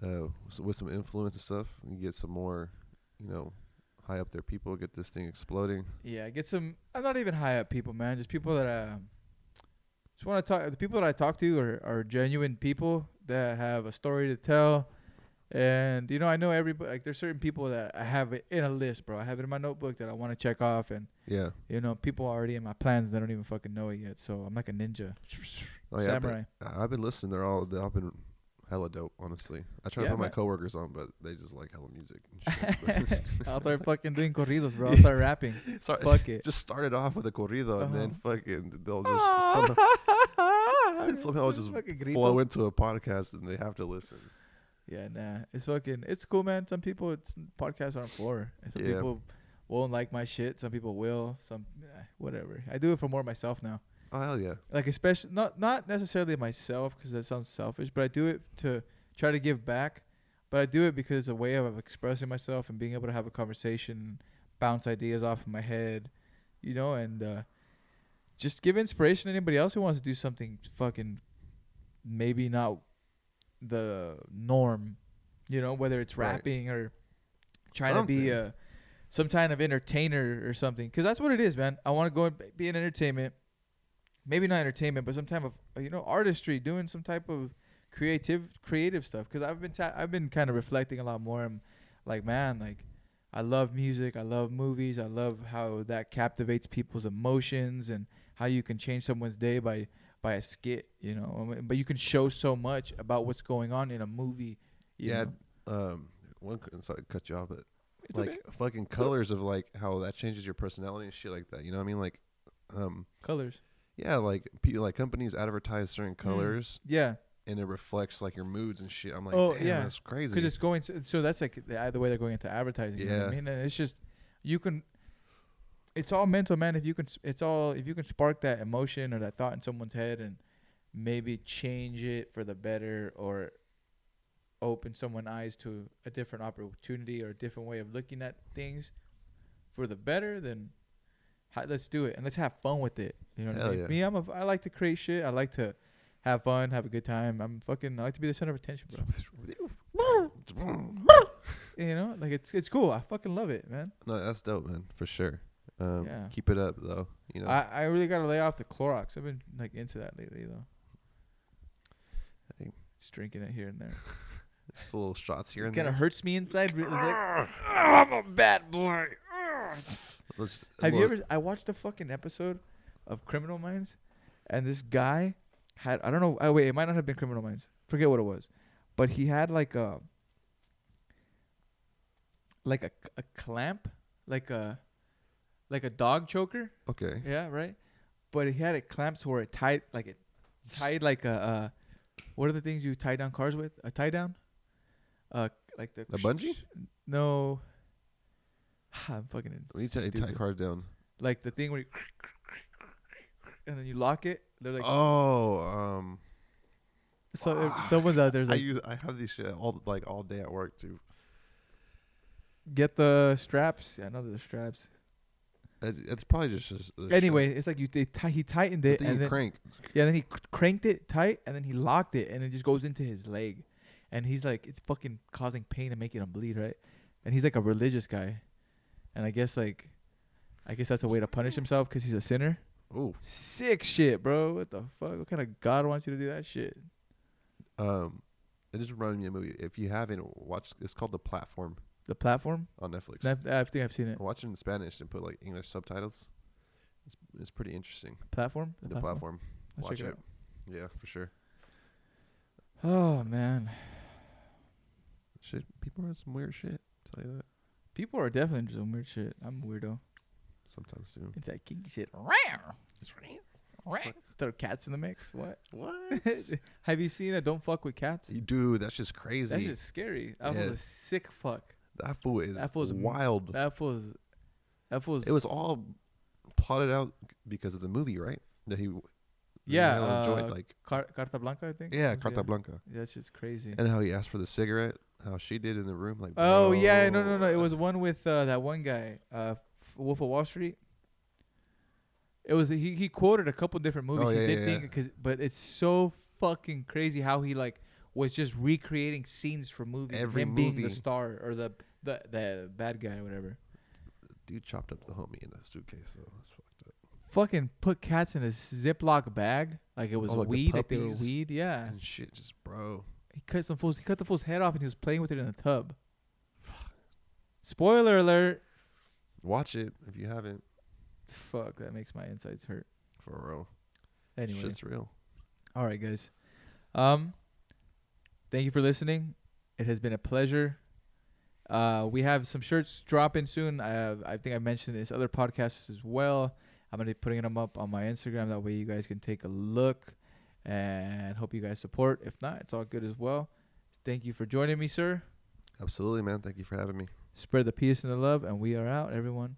Speaker 2: uh, s- with some influence and stuff, you get some more, you know, high up there people get this thing exploding.
Speaker 1: Yeah, get some. I'm not even high up people, man. Just people that uh, just want to talk. The people that I talk to are, are genuine people that have a story to tell. And you know, I know everybody. Like, there's certain people that I have it in a list, bro. I have it in my notebook that I want to check off, and
Speaker 2: Yeah.
Speaker 1: you know, people are already in my plans. They don't even fucking know it yet. So I'm like a ninja,
Speaker 2: Oh, yeah, I've been-
Speaker 1: samurai.
Speaker 2: I- I've been listening. They're all they've all been hella dope. Honestly, I try
Speaker 1: Yeah,
Speaker 2: to put my
Speaker 1: man.
Speaker 2: coworkers on, but they just like hella music. And shit.
Speaker 1: I'll start fucking doing corridos, bro. I'll start rapping.
Speaker 2: Sorry,
Speaker 1: Fuck Uh-huh. it.
Speaker 2: just started off with a corrido, and then fucking they'll just
Speaker 1: Ah,
Speaker 2: somehow,
Speaker 1: somehow,
Speaker 2: somehow just flow into a podcast, and they have to listen.
Speaker 1: Yeah, nah. It's fucking it's cool, man. Some people it's podcasts aren't for. and Some
Speaker 2: Yeah.
Speaker 1: people won't like my shit. Some people will. Some eh, whatever. I do it for more myself now.
Speaker 2: Oh hell yeah!
Speaker 1: Like especially not not necessarily myself because that sounds selfish, but I do it to try to give back. But I do it because it's a way of expressing myself and being able to have a conversation, bounce ideas off of my head, you know, and uh, just give inspiration to anybody else who wants to do something fucking maybe not the norm, you know, whether it's
Speaker 2: Right.
Speaker 1: rapping or trying to be
Speaker 2: Something.
Speaker 1: a some kind of entertainer or something because that's what it is man i want to go and b- be in entertainment maybe not entertainment but some type of uh, you know artistry doing some type of creative creative stuff because i've been ta- i've been kind of reflecting a lot more i'm like man like i love music i love movies i love how that captivates people's emotions and how you can change someone's day by by a skit you know Um, but you can show so much about what's going on in a movie you
Speaker 2: yeah,
Speaker 1: know?
Speaker 2: um, one c- sorry to cut you off, but
Speaker 1: It's
Speaker 2: like
Speaker 1: okay.
Speaker 2: fucking colors of like how that changes your personality and shit like that. You know what I mean? Like, um,
Speaker 1: colors
Speaker 2: yeah, like pe- like companies advertise certain
Speaker 1: Mm.
Speaker 2: colors,
Speaker 1: yeah
Speaker 2: and it reflects like your moods and shit. I'm like,
Speaker 1: Oh,
Speaker 2: damn,
Speaker 1: yeah.
Speaker 2: that's crazy.
Speaker 1: because it's going to, so that's like the, the way they're going into advertising you know what i
Speaker 2: Yeah.
Speaker 1: mean and it's just you can it's all mental man if you can s- it's all if you can spark that emotion or that thought in someone's head and maybe change it for the better or open someone's eyes to a different opportunity or a different way of looking at things for the better then hi- let's do it and let's have fun with it you know what I
Speaker 2: Hell
Speaker 1: mean?
Speaker 2: yeah.
Speaker 1: me i'm a i like to create shit i like to have fun have a good time i'm fucking i like to be the center of attention bro you know like it's it's cool i fucking love it man
Speaker 2: No, that's dope, man, for sure. Um,
Speaker 1: Yeah.
Speaker 2: Keep it up, though. You know,
Speaker 1: i i really gotta lay off the clorox i've been like into that lately though
Speaker 2: Hey.
Speaker 1: just drinking it here and there
Speaker 2: just little shots here
Speaker 1: it
Speaker 2: and
Speaker 1: kind
Speaker 2: there.
Speaker 1: of hurts me inside but it's like,
Speaker 2: I'm a bad boy. Let's-
Speaker 1: have you
Speaker 2: look,
Speaker 1: ever i watched a fucking episode of criminal minds and this guy had i don't know oh wait it might not have been criminal minds forget what it was but he had like a like a, a clamp like a like a dog choker
Speaker 2: Okay.
Speaker 1: Yeah, right. But he had it clamped to where it tied like it tied like a uh, what are the things you tie down cars with? A tie down? Uh, like the
Speaker 2: A bungee?
Speaker 1: No. I'm fucking.
Speaker 2: Let me tie, tie
Speaker 1: stupid.
Speaker 2: cards down.
Speaker 1: Like the thing where you and then you lock it. They're like
Speaker 2: oh, um,
Speaker 1: so
Speaker 2: fuck.
Speaker 1: if someone's out there's
Speaker 2: I
Speaker 1: like
Speaker 2: use I have these shit all like all day at work too.
Speaker 1: get the straps. Yeah, I know the straps.
Speaker 2: It's, it's probably just, just the shit.
Speaker 1: Anyway, it's like you they ti- he tightened
Speaker 2: The
Speaker 1: it
Speaker 2: thing
Speaker 1: and
Speaker 2: you
Speaker 1: then
Speaker 2: crank.
Speaker 1: Yeah, then he cr- cranked it tight, and then he locked it, and it just goes into his leg, and he's like, it's fucking causing pain and making him bleed, right? And he's like a religious guy, and I guess like, I guess that's a way to punish himself because he's a sinner.
Speaker 2: Oh,
Speaker 1: Sick shit, bro. What the fuck? What kind of God wants you to do that shit?
Speaker 2: um, it just reminded me of a movie. If you haven't watched, it's called The Platform
Speaker 1: The platform?
Speaker 2: on Netflix.
Speaker 1: I, I think I've seen it.
Speaker 2: I watched it in Spanish and put like English subtitles. It's it's pretty interesting.
Speaker 1: Platform?
Speaker 2: The, platform.
Speaker 1: I'll
Speaker 2: Watch
Speaker 1: check
Speaker 2: it.
Speaker 1: it
Speaker 2: Yeah, for sure.
Speaker 1: Oh man,
Speaker 2: Shit, people are on some weird shit. Tell you that
Speaker 1: people are definitely into some weird shit. I'm a weirdo.
Speaker 2: sometimes soon.
Speaker 1: It's that kinky shit. Rawr. Rawr. Throw cats in the mix. What?
Speaker 2: What?
Speaker 1: Have you seen a Don't fuck with cats?
Speaker 2: Dude, that's just crazy.
Speaker 1: That's just scary. That was
Speaker 2: Yeah.
Speaker 1: a sick fuck.
Speaker 2: that fool is
Speaker 1: that fool's m-
Speaker 2: wild.
Speaker 1: That was, that was.
Speaker 2: it was all plotted out because of the movie, right? that he w- that he
Speaker 1: Yeah,
Speaker 2: hella
Speaker 1: uh,
Speaker 2: enjoyed like
Speaker 1: Car- Carta Blanca, I think.
Speaker 2: yeah
Speaker 1: Was-
Speaker 2: Carta Blanca
Speaker 1: Yeah, that shit's crazy.
Speaker 2: and how he asked for the cigarette how she did in the room like
Speaker 1: oh yeah, no, no,
Speaker 2: bro,
Speaker 1: no. It
Speaker 2: uh,
Speaker 1: was one with uh, that one guy, uh, F- Wolf of Wall Street. It was he. He quoted a couple different movies.
Speaker 2: Oh,
Speaker 1: he
Speaker 2: yeah,
Speaker 1: did
Speaker 2: yeah,
Speaker 1: think,
Speaker 2: yeah.
Speaker 1: 'cause- but it's so fucking crazy how he like was just recreating scenes from movies.
Speaker 2: Every
Speaker 1: him being the
Speaker 2: movie.
Speaker 1: star or the the the bad guy or whatever.
Speaker 2: dude chopped up the homie in a suitcase so that's fucked up
Speaker 1: Fucking put cats in a Ziploc bag like it was
Speaker 2: Oh, like the
Speaker 1: weed. Like they were
Speaker 2: puppies Mm.
Speaker 1: weed. Yeah.
Speaker 2: and shit just bro
Speaker 1: He cut some fool's. He cut the fool's head off, and he was playing with it in the tub. Spoiler alert!
Speaker 2: watch it if you haven't
Speaker 1: Fuck, that makes my insides hurt.
Speaker 2: for real
Speaker 1: Anyway,
Speaker 2: shit's real
Speaker 1: all right, guys. Um, thank you for listening. It has been a pleasure. Uh, we have some shirts dropping soon. I have, I think I mentioned this other podcasts as well. I'm gonna be putting them up on my Instagram. That way, you guys can take a look, and hope you guys support. If not, it's all good as well. Thank you for joining me, sir.
Speaker 2: absolutely man thank you for having me
Speaker 1: Spread the peace and the love, and we are out, everyone.